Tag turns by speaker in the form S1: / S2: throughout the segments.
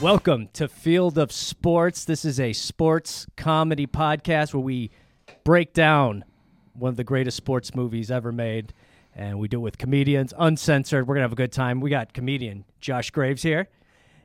S1: Welcome to Field of Sports. This is a sports comedy podcast where we break down one of the greatest sports movies ever made. And we do it with comedians, uncensored. We're going to have a good time. We got comedian Josh Graves here.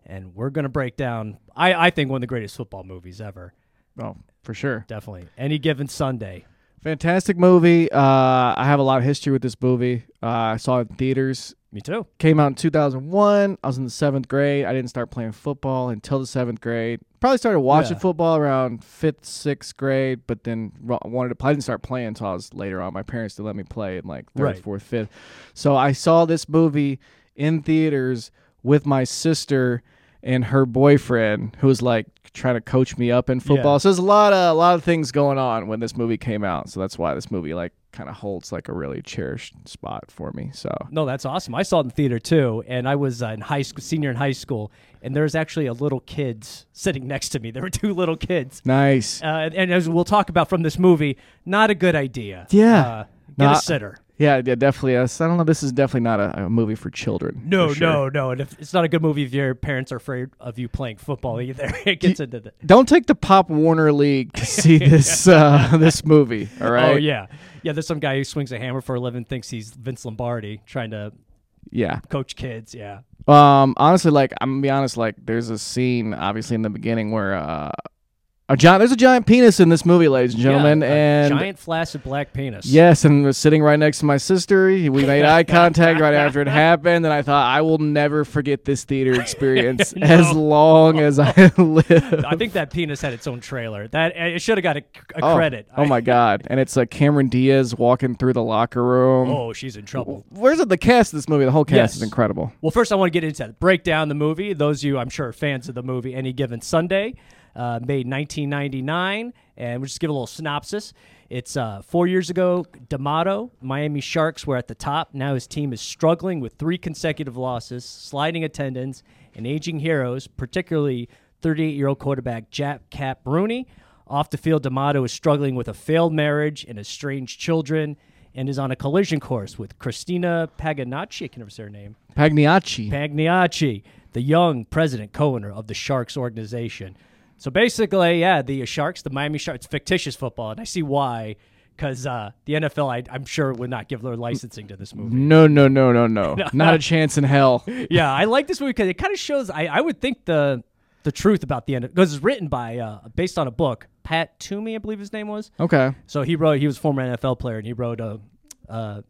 S1: And we're going to break down, I, I think, one of the greatest football movies ever.
S2: Oh, for sure.
S1: Definitely. Any given Sunday.
S2: Fantastic movie. Uh, I have a lot of history with this movie. Uh, I saw it in theaters.
S1: Me too.
S2: Came out in 2001. I was in the seventh grade. I didn't start playing football until the seventh grade. Probably started watching
S1: Yeah.
S2: football around fifth, sixth grade, but then ro- wanted to play. I didn't start playing until I was later on. My parents didn't let me play in like third,
S1: Right.
S2: fourth, fifth. So I saw this movie in theaters with my sister and her boyfriend, who was like trying to coach me up in football.
S1: Yeah.
S2: So there's a lot of a lot of things going on when this movie came out. So that's why this movie like kind of holds like a really cherished spot for me. So
S1: No, that's awesome. I saw it in theater too, and I was uh, in high school, senior in high school, and there was actually a little kids sitting next to me. There were two little kids,
S2: nice.
S1: uh, and as we'll talk about from this movie, not a good idea.
S2: Yeah.
S1: uh, get a
S2: Not-
S1: sitter.
S2: Yeah, yeah, definitely. Yes. I don't know. This is definitely not a, a movie for children.
S1: No,
S2: for sure.
S1: no, no. And if it's not a good movie if your parents are afraid of you playing football either. it gets into the
S2: Don't take the Pop Warner League to see this uh, this movie. All right.
S1: oh yeah, yeah. There's some guy who swings a hammer for a living, thinks he's Vince Lombardi, trying to
S2: Yeah.
S1: coach kids. Yeah,
S2: Um, honestly, like I'm gonna be honest, like there's a scene obviously in the beginning where uh, a giant there's a giant penis in this movie, ladies and gentlemen,
S1: Yeah, a
S2: and
S1: giant flaccid black penis.
S2: yes, and was sitting right next to my sister. We made eye contact right after it happened, and I thought I will never forget this theater experience as long as I live.
S1: I think that penis had its own trailer. That it should have got a, a
S2: Oh,
S1: credit.
S2: Oh,
S1: I-
S2: my god! And it's like Cameron Diaz walking through the locker room.
S1: Oh, she's in trouble.
S2: Where's it? The cast of this movie, the whole cast
S1: Yes.
S2: is incredible.
S1: Well, first I want to get into that. Break down the movie. Those of you, I'm sure, are fans of the movie Any Given Sunday, uh, made 1999, and we'll just give a little synopsis. It's uh, four years ago. D'Amato, Miami Sharks were at the top. Now his team is struggling with three consecutive losses, sliding attendance, and aging heroes, particularly 38-yeat-old quarterback Jack Cap Rooney. Off the field, D'Amato is struggling with a failed marriage and estranged children, and is on a collision course with Christina Paganacci. I can never say her name.
S2: Pagniacci.
S1: Pagniacci, the young president co-owner of the Sharks organization. So basically, yeah, the Sharks, the Miami Sharks, fictitious football, and I see why, because uh, the NFL, I, I'm sure, would not give their licensing to this movie.
S2: no, no, no, no, no, not a chance in hell.
S1: yeah, I like this movie because it kind of shows. I, I would think the the truth about the NFL because it's written by uh, based on a book, Pat Toomey, I believe his name was.
S2: Okay.
S1: So he wrote. He was a former NFL player, and he wrote a, uh,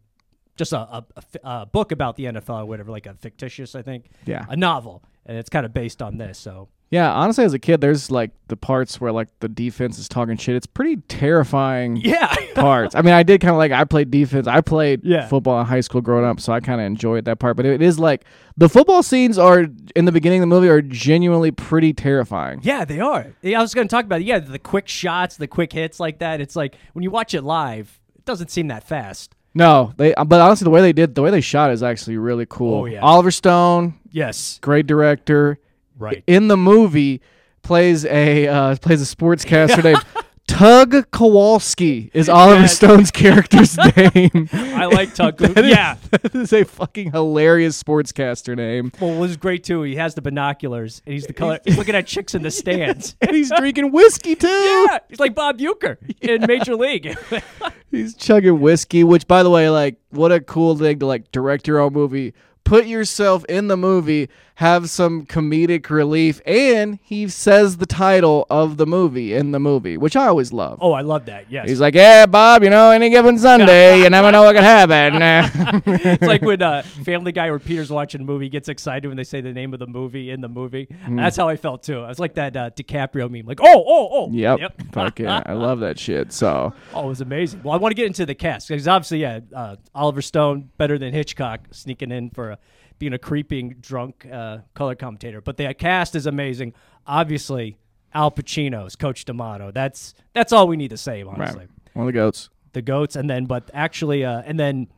S1: just a, a, a fi- a book about the NFL or whatever, like a fictitious, I think.
S2: Yeah.
S1: A novel, and it's kind of based on this. So
S2: Yeah, honestly, as a kid, there's like the parts where like the defense is talking shit. It's pretty terrifying
S1: yeah,
S2: parts. I mean, I did kind of like I played defense. I played
S1: Yeah.
S2: football in high school growing up, so I kind of enjoyed that part. But it is like the football scenes are in the beginning of the movie are genuinely pretty terrifying.
S1: yeah, they are. Yeah, I was going to talk about it. Yeah, the quick shots, the quick hits like that. It's like when you watch it live, it doesn't seem that fast.
S2: No, they. uh, But honestly, the way they did, the way they shot is actually really cool.
S1: Oh, yeah.
S2: Oliver Stone,
S1: Yes,
S2: great director,
S1: right.
S2: in the movie plays a uh, plays a sportscaster named Tug Kowalski is Oliver
S1: Yes.
S2: Stone's character's name.
S1: I like Tuck.
S2: That is-
S1: yeah.
S2: that is a fucking hilarious sportscaster name.
S1: Well, it was great too. He has the binoculars and he's the color. He's looking at chicks in the stands.
S2: And he's drinking whiskey too.
S1: Yeah, he's like Bob Euchre in Major League.
S2: He's chugging whiskey, which by the way, like what a cool thing to like direct your own movie. Put yourself in the movie, have some comedic relief, and he says the title of the movie in the movie, which I always love.
S1: oh, I love that. Yes.
S2: He's like, yeah, Bob, you know, any given Sunday, you never know what could happen.
S1: It's like when uh, Family Guy or Peter's watching a movie, gets excited when they say the name of the movie in the movie.
S2: Mm.
S1: That's how I felt too. I was like that uh, DiCaprio meme, like oh oh oh.
S2: yep. Fuck yeah. I love that shit. So,
S1: Oh, it was amazing. Well, I want to get into the cast because obviously, yeah, uh, Oliver Stone better than Hitchcock sneaking in for a, being a creeping drunk uh, color commentator. But the cast is amazing. Obviously, Al Pacino's Coach D'Amato. That's that's all we need to say, honestly.
S2: right. One of the goats.
S1: the goats, and then but actually, uh, and then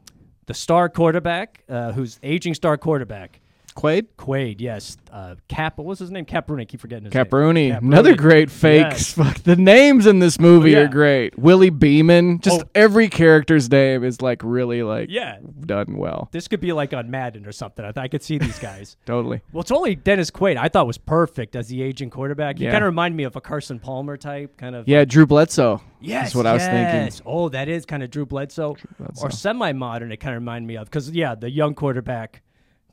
S1: the star quarterback, uh, who's aging star quarterback,
S2: Quaid?
S1: Quaid, yes. Uh, Cap, what was his name? Caproni. I keep forgetting his
S2: Caproni.
S1: name.
S2: Another great fake.
S1: Yes. Oh,
S2: Fuck, the names in this movie
S1: Yeah.
S2: are great. Willie Beeman. Just
S1: Oh.
S2: every character's name is like really like
S1: Yeah.
S2: done well.
S1: This could be like on Madden or something. I, th- I could see these guys.
S2: Totally.
S1: well, it's only Dennis Quaid I thought was perfect as the aging quarterback. He
S2: Yeah.
S1: kind of reminded me of a Carson Palmer type, kind of.
S2: Yeah, Drew Bledsoe.
S1: Yes,
S2: That's what I was thinking.
S1: yes. Oh, that is kind of Drew Bledsoe, or semi-modern. It kind of reminded me of because yeah, the young quarterback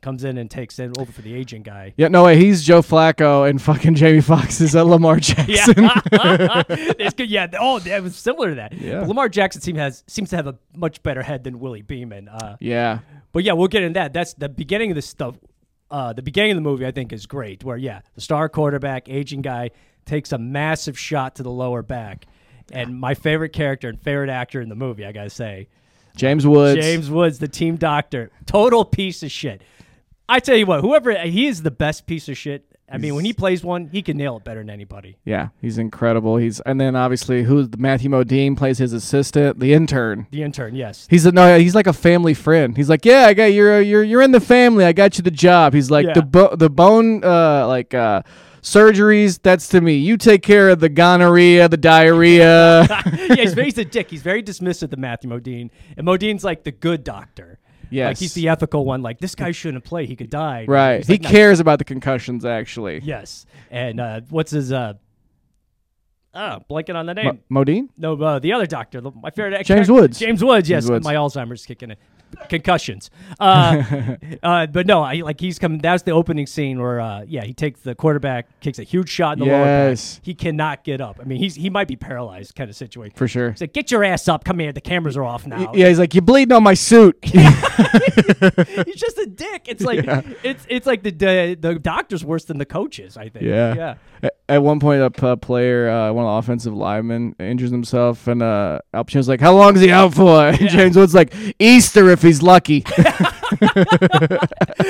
S1: comes in and takes it over for the aging guy.
S2: Yeah, no way. He's Joe Flacco and fucking Jamie Foxx is uh, Lamar
S1: Yeah,
S2: Jackson.
S1: It's good. yeah. Oh, that was similar to that.
S2: Yeah.
S1: But Lamar Jackson seem has seems to have a much better head than Willie Beeman. Uh,
S2: yeah.
S1: But yeah, we'll get into that. That's the beginning of this stuff. Uh, the beginning of the movie, I think, is great. Where yeah, the star quarterback, aging guy, takes a massive shot to the lower back, and my favorite character and favorite actor in the movie, I gotta say,
S2: James Woods.
S1: James Woods, the team doctor, total piece of shit. I tell you what, whoever he is, the best piece of shit. I mean, when he plays one, he can nail it better than anybody.
S2: Yeah, he's incredible. He's and then obviously who Matthew Modine plays his assistant, the intern.
S1: The intern, yes.
S2: He's a, no, he's like a family friend. He's like, yeah, I got you're you're you're in the family. I got you the job. He's like
S1: Yeah.
S2: the bo- the bone uh, like uh, surgeries. That's to me. You take care of the gonorrhea, the diarrhea.
S1: yeah, he's, very- he's a dick. He's very dismissive to Matthew Modine, and Modine's like the good doctor. like
S2: Yes.
S1: he's the ethical one. Like this guy shouldn't play; he could die.
S2: right.
S1: He's
S2: He
S1: like, "No."
S2: cares about the concussions actually.
S1: Yes, and uh, what's his? uh Oh, blanking on the name.
S2: Mo- Modine.
S1: no, uh, the other doctor, the- my favorite actor,
S2: James Woods.
S1: James Woods. Yes,
S2: James Woods.
S1: my Alzheimer's kicking in. Concussions. Uh, uh, but no, I like he's coming. That's the opening scene where, uh, yeah, he takes the quarterback, kicks a huge shot in the lower back.
S2: Yes.
S1: He cannot get up. I mean, he's he might be paralyzed, kind of situation.
S2: For sure.
S1: He's "Oh, like, get your ass up. Come here. The cameras are off now.
S2: Yeah, he's like, you bleeding on my suit.
S1: He's just a dick. It's like it's it's like the, the the doctor's worse than the coaches. I think.
S2: Yeah.
S1: Yeah.
S2: A- At one point, a p- player, uh, one of the offensive linemen, injures himself, and uh, Al Pacino's like, "How long is he out for?" And James Woods like, "Easter if he's lucky."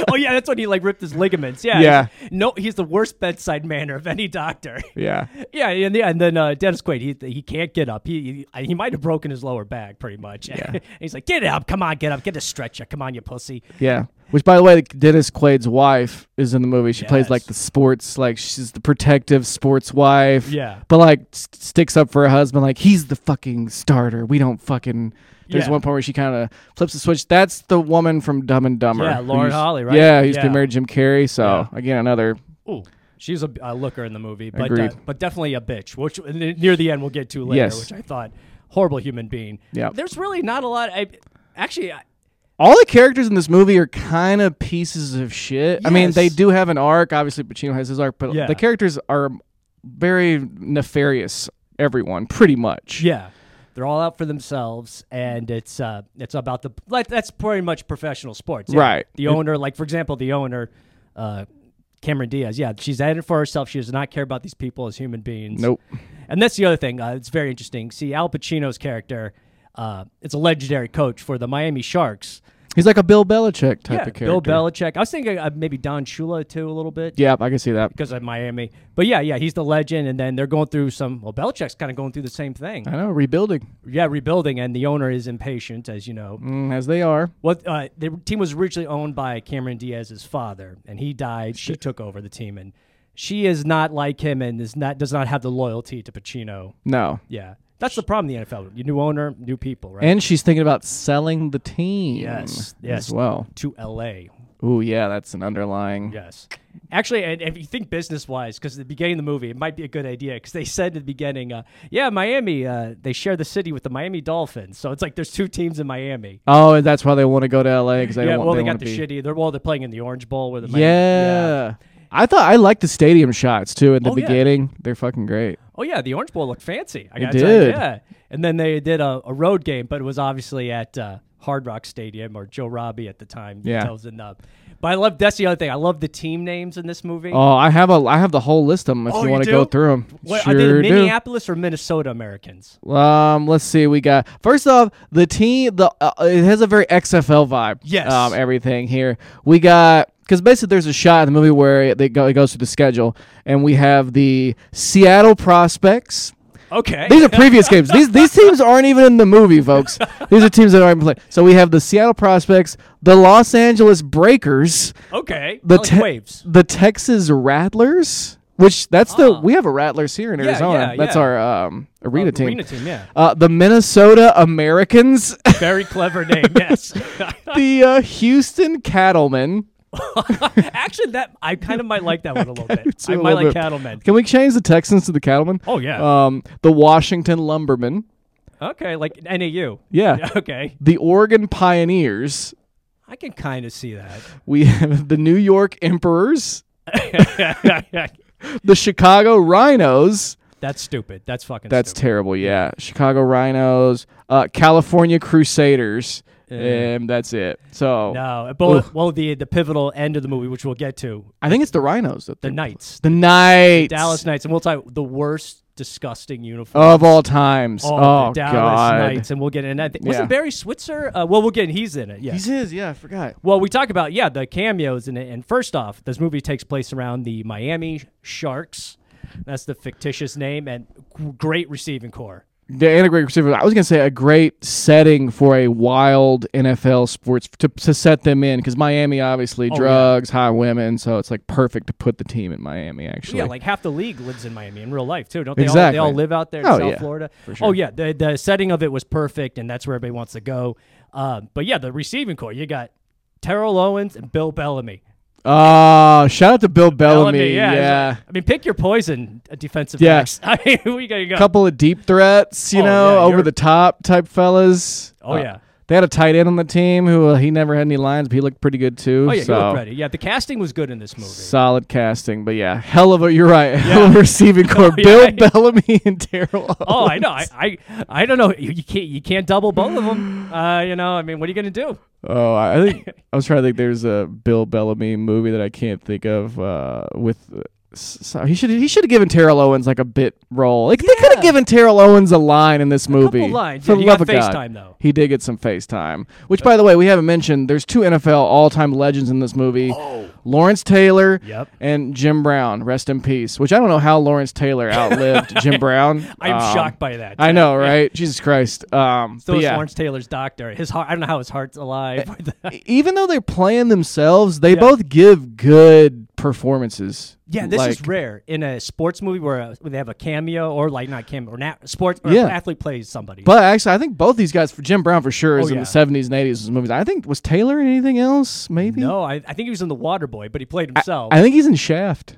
S1: Oh yeah, that's when he like ripped his ligaments. Yeah.
S2: Yeah.
S1: No, he's the worst bedside manner of any doctor.
S2: yeah,
S1: yeah, and yeah, and then uh, Dennis Quaid, he he can't get up. He he, he might have broken his lower back pretty much. Yeah. he's like, get up, come on, get up, get a stretcher, come on, you pussy.
S2: yeah. Which, by the way, Dennis Quaid's wife is in the movie. She plays like
S1: Yes.
S2: the sports, like she's the protective sports wife.
S1: Yeah.
S2: but like s- sticks up for her husband. Like he's the fucking starter. We don't fucking. There's
S1: Yeah.
S2: one point where she kind of flips the switch. That's the woman from Dumb and Dumber.
S1: Yeah,
S2: who
S1: Lauren
S2: used-
S1: Holly, right?
S2: Yeah, who used to
S1: Yeah.
S2: marry Jim Carrey. So again, another
S1: Ooh. She's a, a looker in the movie, but uh,
S2: Agreed.
S1: but definitely a bitch, which uh, near the end we'll get to later,
S2: Yes.
S1: which I thought horrible human being.
S2: Yeah.
S1: There's really not a lot. I, actually, I,
S2: All the characters in this movie are kind of pieces of shit. I mean,
S1: Yes.
S2: they do have an arc. Obviously, Pacino has his arc, but
S1: Yeah.
S2: the characters are very nefarious. Everyone, pretty much.
S1: Yeah. They're all out for themselves, and it's uh, it's about the like that's pretty much professional sports, yeah.
S2: Right.
S1: The
S2: It-
S1: owner, like for example, the owner, uh, Cameron Diaz, yeah, she's at it for herself. She does not care about these people as human beings.
S2: Nope.
S1: And that's the other thing. Uh, it's very interesting. See, Al Pacino's character, uh, it's a legendary coach for the Miami Sharks.
S2: He's like a Bill Belichick
S1: yeah,
S2: type of character.
S1: Bill Belichick. I was thinking uh, maybe Don Shula too a little bit
S2: Yeah, I can see that.
S1: because of Miami. But yeah, yeah, he's the legend, and then they're going through some. Well, Belichick's kind of going through the same thing
S2: I know rebuilding
S1: yeah, rebuilding, and the owner is impatient, as you know.
S2: mm, as they are.
S1: Well, uh, the team was originally owned by Cameron Diaz's father, and he died. She took over the team, and she is not like him, and is not does not have the loyalty to Pacino.
S2: No,
S1: Yeah, that's the problem in the NFL. Your new owner, new people, right?
S2: and she's thinking about selling the team.
S1: Yes, yes.
S2: As well.
S1: to L.A.
S2: Ooh, yeah, that's an underlying.
S1: Yes, actually, and and if you think business wise, because at the beginning of the movie, it might be a good idea because they said at the beginning, uh, yeah, Miami, uh, they share the city with the Miami Dolphins, so it's like there's two teams in Miami.
S2: Oh, and that's why they want to go to LA because they
S1: yeah,
S2: want.
S1: well, they,
S2: they
S1: got
S2: wanna
S1: the
S2: be-
S1: shitty. They're well, they're playing in the Orange Bowl where the Miami-
S2: Yeah. I thought I liked the stadium shots too in the
S1: Oh, yeah.
S2: beginning. They're fucking great.
S1: Oh yeah, the Orange Bowl looked fancy. I
S2: It
S1: gotta tell you,
S2: did.
S1: yeah, and then they did a, a road game, but it was obviously at uh, Hard Rock Stadium or Joe Robbie at the time.
S2: Yeah.
S1: tells it up. But I love that's the other thing. I love the team names in this movie.
S2: Oh, I have a I have the whole list of them if
S1: Oh,
S2: you
S1: you
S2: want to go
S1: do?
S2: through them.
S1: What-
S2: sure
S1: are they the
S2: do.
S1: Minneapolis or Minnesota Americans?
S2: Um, let's see. We got first off the team. The uh, it has a very XFL vibe.
S1: Yes.
S2: Um, everything here. We got because basically there's a shot in the movie where it, they go, it goes through the schedule, and we have the Seattle prospects,
S1: Okay.
S2: These are previous games. These these teams aren't even in the movie, folks. These are teams that aren't playing. So we have the Seattle Prospects, the Los Angeles Breakers,
S1: okay. I
S2: the
S1: like
S2: te-
S1: waves.
S2: the Texas Rattlers, which that's the
S1: Ah.
S2: we have a Rattlers here in
S1: Yeah,
S2: Arizona.
S1: yeah,
S2: that's
S1: yeah.
S2: our um, arena team.
S1: Arena team, yeah.
S2: Uh, the Minnesota Americans,
S1: Very clever name, yes.
S2: the uh, Houston Cattlemen.
S1: Actually, that I kind of might like that one a little bit.
S2: It's a
S1: I might
S2: little
S1: like
S2: bit-
S1: Cattlemen.
S2: Can we change the Texans to the Cattlemen?
S1: Oh, yeah.
S2: Um, the Washington Lumbermen.
S1: okay, like NAU.
S2: Yeah.
S1: Okay.
S2: The Oregon Pioneers.
S1: I can kind of see that.
S2: We have the New York Emperors. the Chicago Rhinos.
S1: That's stupid. That's fucking
S2: That's
S1: stupid.
S2: terrible. Yeah, Chicago Rhinos, uh, California Crusaders, and that's it. So
S1: no, but, well, the the pivotal end of the movie, which we'll get to,
S2: I think it's the Rhinos. That
S1: the
S2: the,
S1: Knights,
S2: the Knights
S1: Dallas Knights, and we'll talk the worst disgusting uniform.
S2: of all times.
S1: Oh,
S2: oh
S1: the Dallas
S2: God,
S1: Knights, and we'll get in that. thing.
S2: Yeah.
S1: Wasn't Barry Switzer? Uh, well, we'll get in. He's in it. Yeah.
S2: He's his. Yeah, I forgot.
S1: well, we talk about yeah the cameos in it, and first off, this movie takes place around the Miami Sharks. That's the fictitious name and g- great receiving core.
S2: The and a great receiver. I was gonna say a great setting for a wild NFL sports to, to set them in because Miami obviously
S1: Oh, yeah.
S2: drugs, high women, so it's like perfect to put the team in Miami. Actually,
S1: Yeah, like half the league lives in Miami in real life too, don't they? All, they
S2: Exactly.
S1: all live out there in
S2: Oh,
S1: South
S2: yeah,
S1: Florida. Oh yeah, the the setting of it was perfect, and that's where everybody wants to go. Um, but yeah, the receiving core you got Terrell Owens and Bill Bellamy.
S2: oh, shout out to Bill Bellamy.
S1: yeah. it's
S2: yeah.
S1: like- uh, I mean, pick your poison, uh, defensive
S2: Yeah.
S1: backs. I mean, who you gotta go?
S2: couple of deep threats, you
S1: Oh,
S2: know,
S1: yeah,
S2: over
S1: you're-
S2: the top type fellas. Uh,
S1: Oh, yeah.
S2: They had a tight end on the team who uh, he never had any lines, but he looked pretty good too.
S1: oh yeah, you
S2: so,
S1: look ready. Yeah, the casting was good in this movie.
S2: Solid casting, but yeah, hell of a you're right, hell of a receiving core.
S1: Oh, yeah.
S2: Bill Bellamy and Daryl.
S1: Oh, I know. I, I, I don't know. You, you can't, you can't double both of them. Uh, you know, I mean, what are you gonna do?
S2: Oh, I I think I was trying to think. There's a Bill Bellamy movie that I can't think of. Uh, with uh, s- so he should he should have given Terrell Owens like a bit role. Like they could have given Terrell Owens a line in this movie.
S1: lines.
S2: For
S1: Yeah, he
S2: the love
S1: got
S2: of God.
S1: FaceTime, though.
S2: He did get some FaceTime. Which, by the way, we haven't mentioned. There's two NFL all-time legends in this movie: Lawrence Taylor
S1: Yep.
S2: and Jim Brown. Rest in peace. Which I don't know how Lawrence Taylor outlived Jim Brown.
S1: I'm
S2: Um,
S1: shocked by that.
S2: I know, right? Jesus Christ. Um,
S1: So
S2: but
S1: is
S2: yeah. Eh,
S1: Lawrence Taylor's doctor. His heart. I don't know how his heart's alive.
S2: even though they're playing themselves, they both give good performances.
S1: yeah, this is
S2: Like,
S1: rare in a sports movie where, uh, where they have a cameo or like not cameo or na- sports or
S2: Yeah.
S1: an athlete plays somebody.
S2: But actually, I think both these guys, for Jim Brown for sure, is
S1: Oh,
S2: in
S1: yeah.
S2: the seventies and eighties movies. I think was Taylor in anything else? Maybe.
S1: no, I, I think he was in The Water Boy, but he played himself. I,
S2: I mm, think he's in Shaft.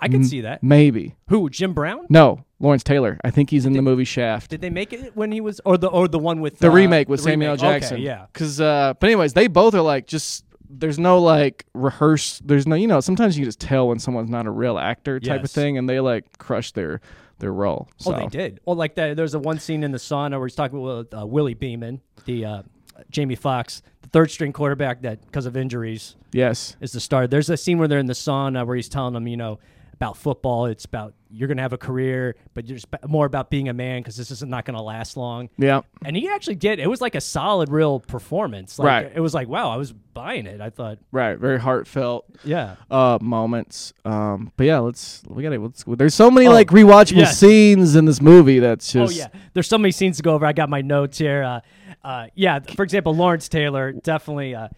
S1: can see that.
S2: Maybe.
S1: Who? Jim Brown?
S2: No, Lawrence Taylor. I think he's in the movie Shaft.
S1: Did they make it when he was, or the or the one with
S2: the
S1: uh,
S2: remake with
S1: the
S2: Samuel
S1: remake.
S2: L. Jackson.
S1: Okay, yeah.
S2: Cause, uh, but anyways, they both are like just. There's no like rehearse. There's no, you know. Sometimes you can just tell when someone's not a real actor type of
S1: Yes.
S2: thing, and they like crush their their role. So.
S1: Oh, they did. Well, like that. There's a one scene in the sauna where he's talking with uh, Willie Beeman, the uh, Jamie Foxx, the third string quarterback that because of injuries
S2: Yes.
S1: is the star. There's a scene where they're in the sauna where he's telling them, you know, about football. It's about you're gonna have a career, but you're just more about being a man because this is not gonna last long.
S2: Yeah.
S1: And he actually did. It was like a solid, real performance. Like,
S2: Right.
S1: It was like, wow, I was buying it. I thought,
S2: Right, very heartfelt
S1: yeah.
S2: uh moments. Um but yeah, let's we got to let's there's so many like
S1: Oh,
S2: rewatchable
S1: yes.
S2: scenes in this movie that's
S1: Oh
S2: just
S1: yeah, there's so many scenes to go over. I got my notes here. Uh, uh, yeah, for example, Lawrence Taylor definitely. Uh,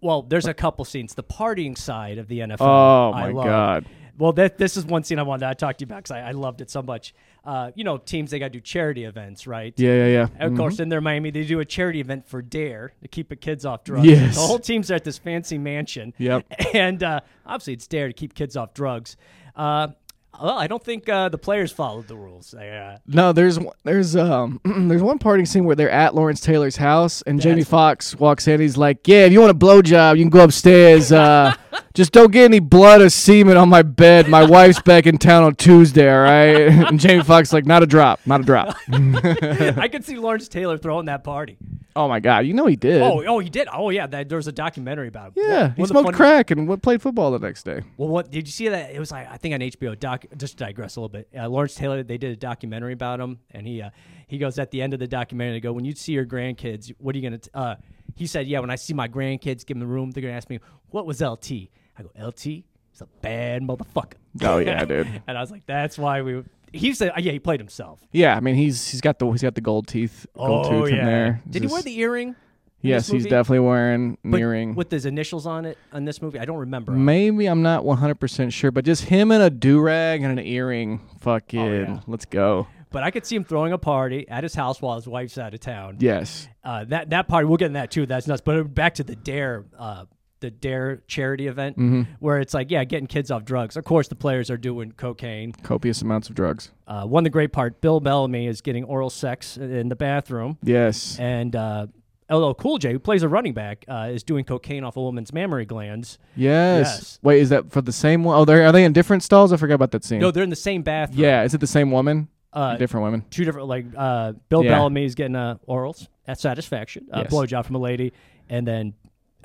S1: well, there's a couple scenes. The partying side of the NFL.
S2: Oh,
S1: I
S2: my
S1: love.
S2: God.
S1: Well, that this is one scene I wanted to talk to you about because I, I loved it so much. Uh, you know, teams they got to do charity events, right?
S2: Yeah, Mm-hmm. yeah, yeah.
S1: And Of course, in their Miami, they do a charity event for Dare to keep the kids off drugs.
S2: Yes.
S1: The whole team's at this fancy mansion.
S2: Yep.
S1: And uh, obviously, it's Dare to keep kids off drugs. Uh, well, I don't think uh, the players followed the rules. They, uh,
S2: No, there's one- there's um there's one parting scene where they're at Lawrence Taylor's house and Jamie Foxx walks in. He's like, "Yeah, if you want a blowjob, you can go upstairs. Uh, just don't get any blood or semen on my bed. My wife's back in town on Tuesday, all right?" and Jamie Foxx like, "Not a drop, not a drop."
S1: I could see Lawrence Taylor throwing that party.
S2: oh my god, you know he did.
S1: Oh, oh, he did. Oh, yeah. That, there was a documentary about him.
S2: yeah,
S1: One- one
S2: he
S1: of the
S2: smoked
S1: funny-
S2: crack and w- played football the next day.
S1: Well, what did you see that? It was like I think on HBO doc. Just to digress a little bit. Uh, Lawrence Taylor. They did a documentary about him, and he uh, he goes at the end of the documentary. They go, when you see your grandkids, what are you gonna? T-? Uh, he said, yeah. When I see my grandkids, give them the room. They're gonna ask me, what was LT? I go, LT. He's a bad motherfucker.
S2: Oh yeah, dude.
S1: And I was like, that's why we. he's the yeah he played himself.
S2: Yeah, I mean he's he's got the he's got the gold teeth, gold
S1: oh
S2: tooth
S1: yeah.
S2: in there.
S1: Did he wear
S2: Just-
S1: the earring? in
S2: Yes,
S1: this
S2: he's
S1: movie?
S2: definitely wearing an
S1: But
S2: earring.
S1: with his initials on it on this movie. I don't remember.
S2: Maybe I'm not 100% sure, but just him and a do rag and an earring. Fucking,
S1: Oh, yeah.
S2: let's go.
S1: But I could see him throwing a party at his house while his wife's out of town.
S2: Yes.
S1: Uh, that that party, we'll get in that too. That's nuts. But back to the dare, uh, the dare charity event, where it's like, yeah, getting kids off drugs. Of course, the players are doing cocaine.
S2: Copious amounts of drugs.
S1: Uh, one of the great part, Bill Bellamy is getting oral sex in the bathroom,
S2: Yes.
S1: and uh, LL Cool J, who plays a running back, uh, is doing cocaine off a woman's mammary glands.
S2: Yes.
S1: Yes.
S2: Wait, is that for the same one? Oh, they're, are they in different stalls? I forgot about that scene.
S1: No, they're in the same bathroom.
S2: yeah, is it the same woman?
S1: Uh,
S2: different women.
S1: two different like uh, Bill
S2: Yeah.
S1: Bellamy is getting a orals at satisfaction, a
S2: Yes.
S1: blowjob from a lady, and then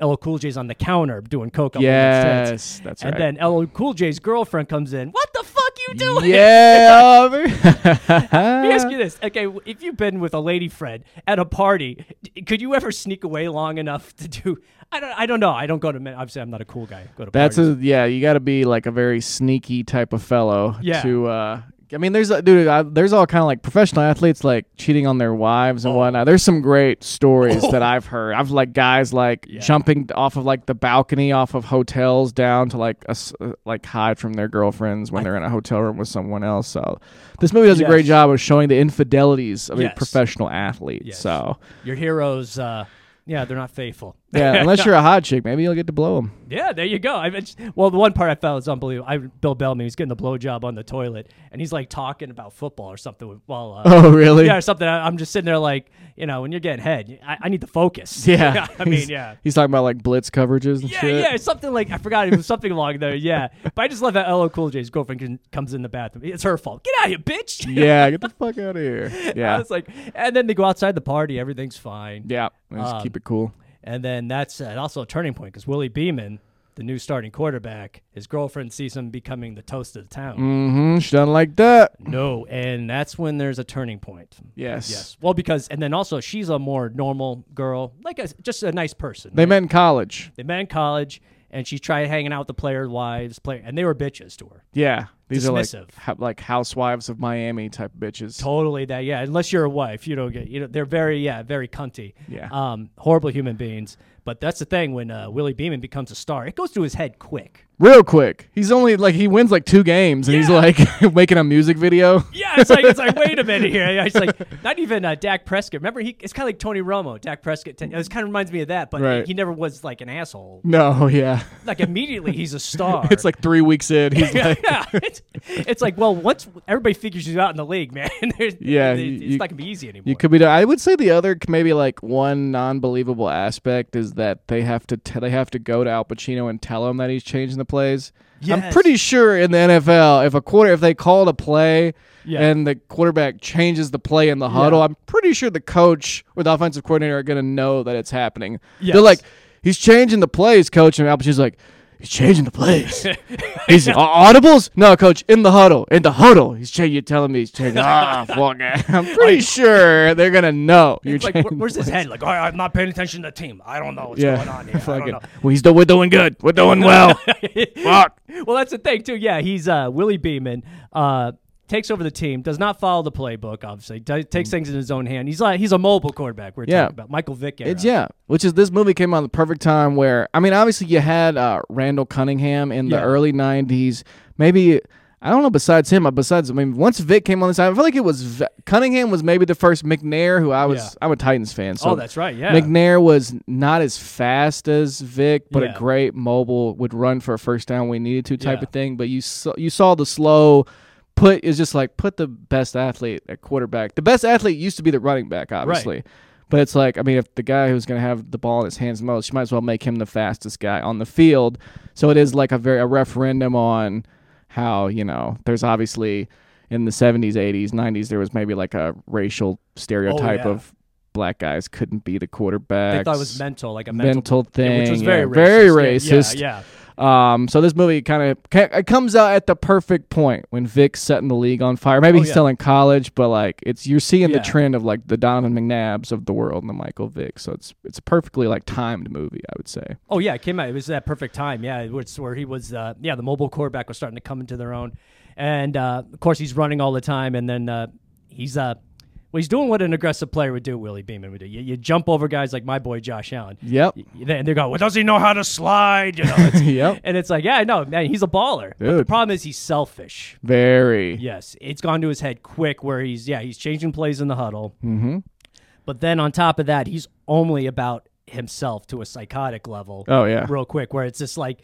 S1: LL Cool J's on the counter doing coke. up on his tits.
S2: Yes, that's
S1: and
S2: right.
S1: then LL Cool J's girlfriend comes in. What the fuck you doing?
S2: yeah.
S1: Let me ask
S2: Aubrey.
S1: you this. Okay, w- if you've been with a lady friend at a party, d- could you ever sneak away long enough to do? I don't. I don't know. I don't go to. men- Obviously, I'm not a cool guy. I Go to
S2: That's
S1: parties.
S2: a yeah. You got to be like a very sneaky type of fellow.
S1: Yeah.
S2: To uh, I mean, there's uh, dude. I, there's all kind of like professional athletes like cheating on their wives
S1: Oh.
S2: and whatnot. There's some great stories that I've heard. I've like guys like jumping off of like the balcony off of hotels down to like a s- uh, like hide from their girlfriends when they're in a hotel room with someone else. So this movie does a great
S1: Yes.
S2: job of showing the infidelities of
S1: Yes.
S2: a professional athlete.
S1: Yes.
S2: So
S1: your heroes. Uh, yeah, they're not faithful.
S2: yeah, unless you're a hot chick, maybe you'll get to blow them.
S1: Yeah, there you go. I mean, well, the one part I found was unbelievable. I, Bill Bellamy was getting the blowjob on the toilet, and he's like talking about football or something. with- While uh,
S2: Oh really?
S1: yeah, or something. I, I'm just sitting there like, you know, when you're getting head, I, I need the focus.
S2: Yeah,
S1: I mean,
S2: He's-
S1: yeah.
S2: He's talking about like blitz coverages and
S1: Yeah,
S2: shit.
S1: yeah, something like I forgot it was something along there. Yeah, but I just love that LL Cool J's girlfriend can, comes in the bathroom. It's her fault. Get out of here, bitch.
S2: yeah, get the fuck out of here.
S1: I
S2: Yeah,
S1: was like, and then they go outside the party. Everything's fine.
S2: yeah. Let's
S1: Um,
S2: keep it cool.
S1: And then that's uh, also a turning point because Willie Beeman, the new starting quarterback, his girlfriend sees him becoming the toast of the town.
S2: Mm-hmm. She done like that.
S1: No, and that's when there's a turning point.
S2: Yes.
S1: Yes. Well, because and then also she's a more normal girl, like a, just a nice person.
S2: They met in college.
S1: They met in college, and she tried hanging out with the player wives, player, and they were bitches to her.
S2: Yeah. These are
S1: Dismissive.
S2: like ha- like housewives of Miami type bitches.
S1: Totally that. Yeah. Unless you're a wife, you don't get. You know, they're very yeah, very cunty.
S2: Yeah.
S1: Um, horrible human beings. But that's the thing when uh, Willie Beeman becomes a star, it goes through his head quick.
S2: Real quick. He's only like he wins like two games and he's like making a music video.
S1: Yeah, it's like it's like wait a minute here. Yeah, it's like not even uh, Dak Prescott. Remember he? It's kind of like Tony Romo. Dak Prescott. It kind of reminds me of that, but
S2: Right.
S1: he never was like an asshole.
S2: No, yeah.
S1: Like immediately he's a star.
S2: It's like three weeks in. He's
S1: yeah,
S2: like,
S1: yeah. It's, it's like well, once everybody figures you out in the league, man, there's,
S2: Yeah,
S1: it's
S2: you- you-
S1: not gonna be easy anymore.
S2: You could be. I would say the other maybe like one non-believable aspect is that they have to t- they have to go to Al Pacino and tell him that he's changing the plays. I'm
S1: Yes.
S2: pretty sure in the NFL, if a quarter if they call a play
S1: Yeah.
S2: and the quarterback changes the play in the huddle, I'm pretty sure the coach or the offensive coordinator are going to know that it's happening.
S1: Yes.
S2: They're like, he's changing the plays, coach, and Al Pacino's like. He's changing the plays. he's "Au- audibles? No, coach. In the huddle. In the huddle. He's changing. You're telling me he's changing. Ah, fuck it. I'm pretty sure they're gonna know. You're
S1: It's like, where- where's his head? Like, all right, I'm not paying attention to the team. I don't know what's
S2: yeah.
S1: going on here. I
S2: Fucking-
S1: don't
S2: Well, he's do- we're doing good. We're doing well. fuck.
S1: know. Well, that's the thing too. Yeah, he's uh, Willie Beeman. Uh, takes over the team. Does not follow the playbook. Obviously, T- takes things in his own hand. He's like he's a mobile quarterback. We're
S2: Mm. Yeah.
S1: talking about Michael Vick. Era.
S2: It's yeah, which is this movie came out at the perfect time where I mean, obviously you had uh, Randall Cunningham in the
S1: Yeah.
S2: early '90s. Maybe I don't know. Besides him, uh, besides I mean, once Vic came on the side, I feel like it was v- Cunningham was maybe the first McNair who I was.
S1: Yeah.
S2: I'm a Titans fan, so
S1: Oh, that's right. Yeah.
S2: McNair was not as fast as Vic, but
S1: Yeah.
S2: a great mobile would run for a first down when he needed to type
S1: Yeah.
S2: of thing. But you saw, you saw the slow put is just like put the best athlete at quarterback. The best athlete used to be the running back, obviously. But it's like I mean, if the guy who's going to have the ball in his hands most, you might as well make him the fastest guy on the field. So it is like a very a referendum on how you know there's obviously in the 70s, 80s, 90s there was maybe like a racial stereotype
S1: Oh, yeah.
S2: of black guys couldn't be the quarterback.
S1: they thought it was mental, like a mental,
S2: mental thing,
S1: yeah, which was
S2: yeah,
S1: very
S2: very
S1: racist. Yeah,
S2: racist.
S1: Yeah, yeah.
S2: Um, so this movie kind of it comes out at the perfect point when Vic's setting the league on fire. Maybe
S1: Oh,
S2: he's
S1: yeah.
S2: still in college, but like it's you're seeing
S1: Yeah.
S2: the trend of like the Donovan McNabbs of the world and the Michael Vick. So it's it's a perfectly like timed movie, I would say.
S1: Oh yeah, it came out. It was that perfect time. Yeah, it was where he was. Uh, yeah, the mobile quarterback was starting to come into their own, and uh, of course he's running all the time, and then uh, he's uh, well, he's doing what an aggressive player would do. Willie Beeman would do. You, you jump over guys like my boy Josh Allen.
S2: Yep.
S1: Y- And they go, well, does he know how to slide? You know, it's-
S2: yep.
S1: and it's like, yeah, no, man, he's a baller. But the
S2: Dude.
S1: problem is he's selfish.
S2: Very.
S1: Yes, it's gone to his head quick. Where he's yeah, he's changing plays in the huddle. Mm-hmm. But then on top of that, he's only about himself to a psychotic level.
S2: Oh, yeah.
S1: real quick. Where it's just like,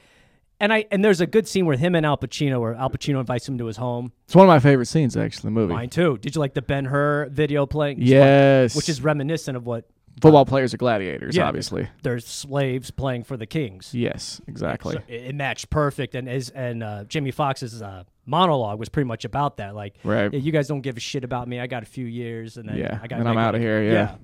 S1: and I and there's a good scene with him and Al Pacino where Al Pacino invites him to his home.
S2: It's one of my favorite scenes actually. in The movie.
S1: Mine too. Did you like the Ben Hur video playing?
S2: Yes.
S1: which is reminiscent of what
S2: football players are gladiators,
S1: Yeah.
S2: obviously.
S1: their slaves playing for the kings.
S2: Yes, exactly.
S1: So it, it matched perfect, and as and uh, Jimmy Fox's uh, monologue was pretty much about that. Like,
S2: Right.
S1: "Yeah, you guys don't give a shit about me. I got a few years, and then
S2: yeah.
S1: I got
S2: And I'm
S1: I got-
S2: out of here. Yeah.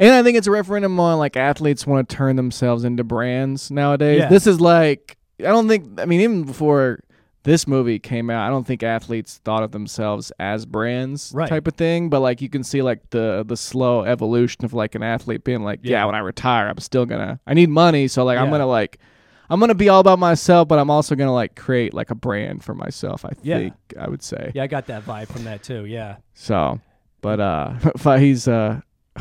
S2: And I think it's a referendum on like athletes want to turn themselves into brands nowadays.
S1: Yeah.
S2: This is like I don't think I mean even before this movie came out, I don't think athletes thought of themselves as brands
S1: Right.
S2: type of thing, but like you can see like the the slow evolution of like an athlete being like, yeah,
S1: Yeah.
S2: when I retire, I'm still going to I need money, so like I'm
S1: Yeah.
S2: going to like I'm going to be all about myself, but I'm also going to like create like a brand for myself, I
S1: Yeah.
S2: think I would say.
S1: Yeah, I got that vibe from that too. Yeah,
S2: So, but uh, but he's uh,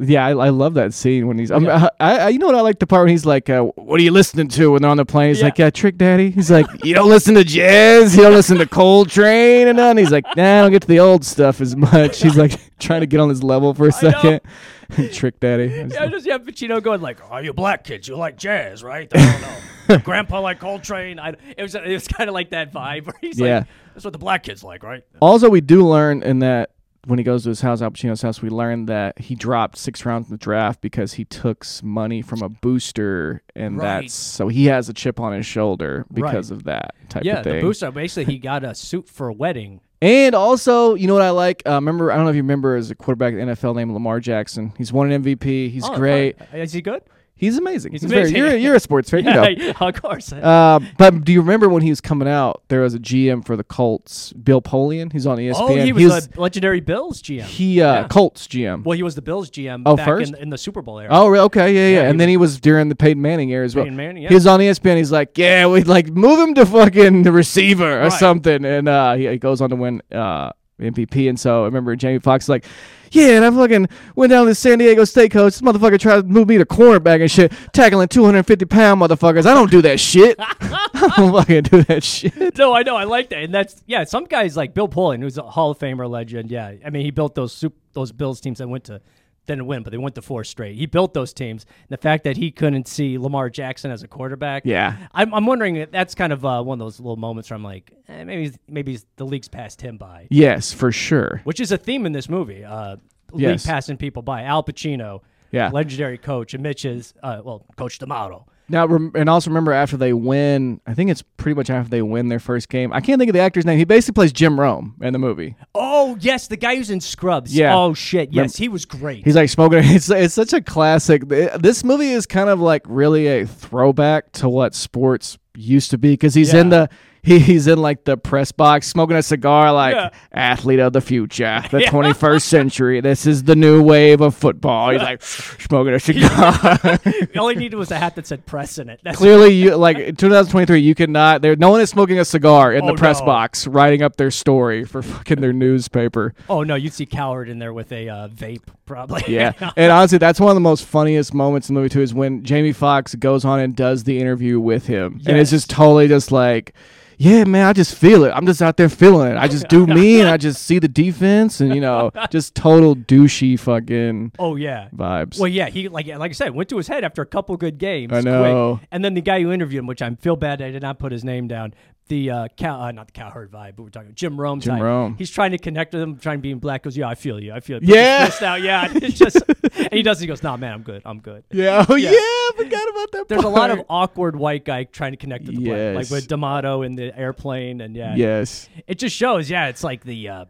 S2: yeah, I, I love that scene when he's. I'm, I, I, you know what I like the part when he's like, uh, "What are you listening to?" When they're on the plane, he's
S1: Yeah.
S2: like, "Yeah, Trick Daddy." He's like, "You don't listen to jazz. You don't listen to Coltrane and none." He's like, "Nah, I don't get to the old stuff as much." He's like trying to get on his level for a second. Trick Daddy.
S1: yeah. I just have Pacino going like, "Are you black kids? You like jazz, right? I don't know. Grandpa like Coltrane. I, it was it was kind of like that vibe where he's
S2: Yeah.
S1: like, "That's what the black kids like, right?
S2: Also, we do learn in that when he goes to his house, Al Pacino's house, we learn that he dropped six rounds in the draft because he took s- money from a booster, and
S1: Right.
S2: that's so he has a chip on his shoulder because of that type
S1: Yeah,
S2: of thing.
S1: the booster. Basically, he got a suit for a wedding.
S2: And also, you know what I like? Uh, remember, I don't know if you remember, as a quarterback in the NFL named Lamar Jackson. He's won an MVP. He's great.
S1: Uh, Is he good?
S2: He's amazing. He's,
S1: Oh, amazing.
S2: Very, you're, a- you're a sports fan. You know.
S1: of course.
S2: Uh, but do you remember when he was coming out? There was a GM for the Colts, Bill Polian. He's on E ESPN.
S1: oh, he was, a legendary Bills GM.
S2: he uh, Colts GM.
S1: Well, he was the Bills GM
S2: Oh,
S1: back
S2: first?
S1: In, in the Super Bowl era.
S2: Oh, really? okay, yeah, yeah.
S1: he
S2: and then he was during the Peyton Manning era as well.
S1: Peyton Manning, yeah.
S2: He was on E ESPN. He's like, yeah, we like move him to fucking the receiver or
S1: Right.
S2: something. And uh, he, he goes on to win uh, MVP. And so I remember Jamie Foxx is like, yeah, and I fucking went down to San Diego State coach. This motherfucker tried to move me to cornerback and shit, tackling 250 pound motherfuckers. I don't do that shit. I don't fucking do that shit.
S1: No, I know. I like that, and that's yeah. Some guys like Bill Polian, who's a Hall of Famer legend. Yeah, I mean, he built those sup- those Bills teams that went to didn't win, but they went to four straight. He built those teams. And the fact that he couldn't see Lamar Jackson as a quarterback.
S2: Yeah.
S1: I'm, I'm wondering. if That's kind of uh, one of those little moments where I'm like, eh, maybe maybe the league's passed him by,
S2: Yes, for sure.
S1: which is a theme in this movie. Uh,
S2: Yes.
S1: League passing people by. Al Pacino,
S2: Yeah.
S1: legendary coach, and Mitch's uh, well, Coach D'Amato.
S2: Now rem- and also remember after they win, I think it's pretty much after they win their first game. I can't think of the actor's name. He basically plays Jim Rome in the movie.
S1: Oh yes, the guy who's in Scrubs.
S2: Yeah.
S1: Oh shit. Yes, he was great.
S2: He's like smoking. It's it's such a classic. Th- This movie is kind of like really a throwback to what sports used to be because he's in
S1: Yeah.
S2: the he, he's in like the press box smoking a cigar like
S1: Yeah.
S2: athlete of the future, the twenty first century. This is the new wave of football. He's like smoking a cigar.
S1: All he needed was a hat that said press in it. That's
S2: Clearly, you like in 2023. You cannot. There, no one is smoking a cigar in
S1: Oh,
S2: the press
S1: no.
S2: box writing up their story for fucking their newspaper.
S1: oh no, you'd see Coward in there with a uh, vape probably.
S2: Yeah. and honestly, that's one of the most funniest moments in the movie too is when Jamie Foxx goes on and does the interview with him. And it's
S1: Yes.
S2: just totally just like, yeah, man, I just feel it. I'm just out there feeling it. I just do me and I just see the defense and you know, just total douchey fucking
S1: oh yeah.
S2: vibes.
S1: Well, yeah, he like like I said, went to his head after a couple good games.
S2: I know.
S1: Quick. And then the guy who interviewed him, which I feel bad I did not put his name down. The uh, cow, uh, not the cowherd vibe, but we're talking Jim Rome. Jim
S2: Rome.
S1: He's trying to connect with him, trying to be in black. Goes, yeah, I feel you. I feel. You.
S2: Yeah.
S1: Out. Yeah. It's just, and he does. He goes, nah, man, I'm good. I'm good.
S2: yeah, oh yeah, I forgot about that.
S1: There's a
S2: part.
S1: lot of awkward white guy trying to connect with the black,
S2: Yes.
S1: like with D'Amato in the airplane, and yeah,
S2: Yes.
S1: it just shows yeah it's like the uh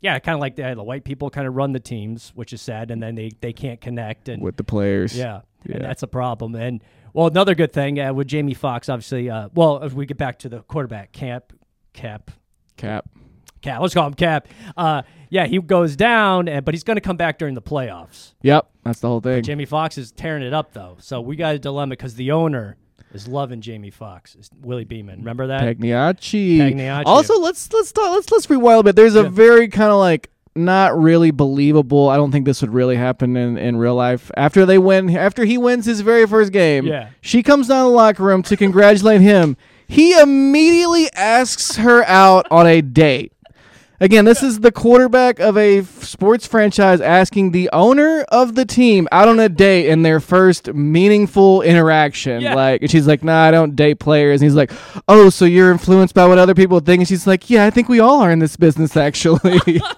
S1: yeah kind of like the, the white people kind of run the teams which is sad and then they they can't connect and
S2: With the players.
S1: yeah,
S2: Yeah.
S1: and that's a problem and well another good thing uh, with jamie Foxx, obviously uh well if we get back to the quarterback camp cap
S2: Cap.
S1: cap let's call him cap uh yeah he goes down and but he's going to come back during the playoffs
S2: Yep. That's the whole thing.
S1: jamie Foxx is tearing it up though so we got a dilemma because the owner is loving Jamie Foxx. Is Willie Beeman. Remember that?
S2: Pagniacci.
S1: Pagniacci.
S2: Also, let's let's talk, let's let's rewind a bit. There's a
S1: Yeah.
S2: very kind of like not really believable. I don't think this would really happen in, in real life. After they win, after he wins his very first game,
S1: Yeah.
S2: she comes down to the locker room to congratulate him. He immediately asks her out on a date. Again, this is the quarterback of a f- sports franchise asking the owner of the team out on a date in their first meaningful interaction.
S1: Yeah.
S2: Like, and she's like, "Nah, I don't date players." And he's like, "Oh, so you're influenced by what other people think?" And she's like, "Yeah, I think we all are in this business, actually." I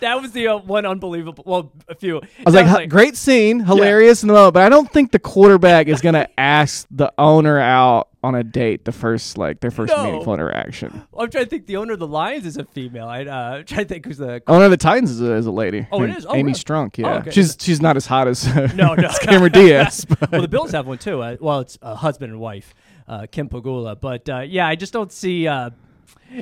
S1: That was the uh, one unbelievable. Well, a few. I
S2: was like, "Huh, "Great scene, hilarious in the moment," but I don't think the quarterback is gonna ask the owner out on a date the first like their first
S1: No.
S2: meaningful interaction.
S1: I'm trying to think. The owner of the Lions is a female. I, uh, I'm trying to think who's the.
S2: Owner of Oh, the Titans is a, is a lady.
S1: Oh, it
S2: named
S1: is? Oh,
S2: Amy
S1: really?
S2: Strunk. Yeah,
S1: okay.
S2: she's she's not as hot as
S1: No, no.
S2: as Cameron Diaz. but-
S1: Well, the Bills have one too. Uh, well, it's uh, husband and wife, uh, Kim Pagula. But uh, yeah, I just don't see. Uh,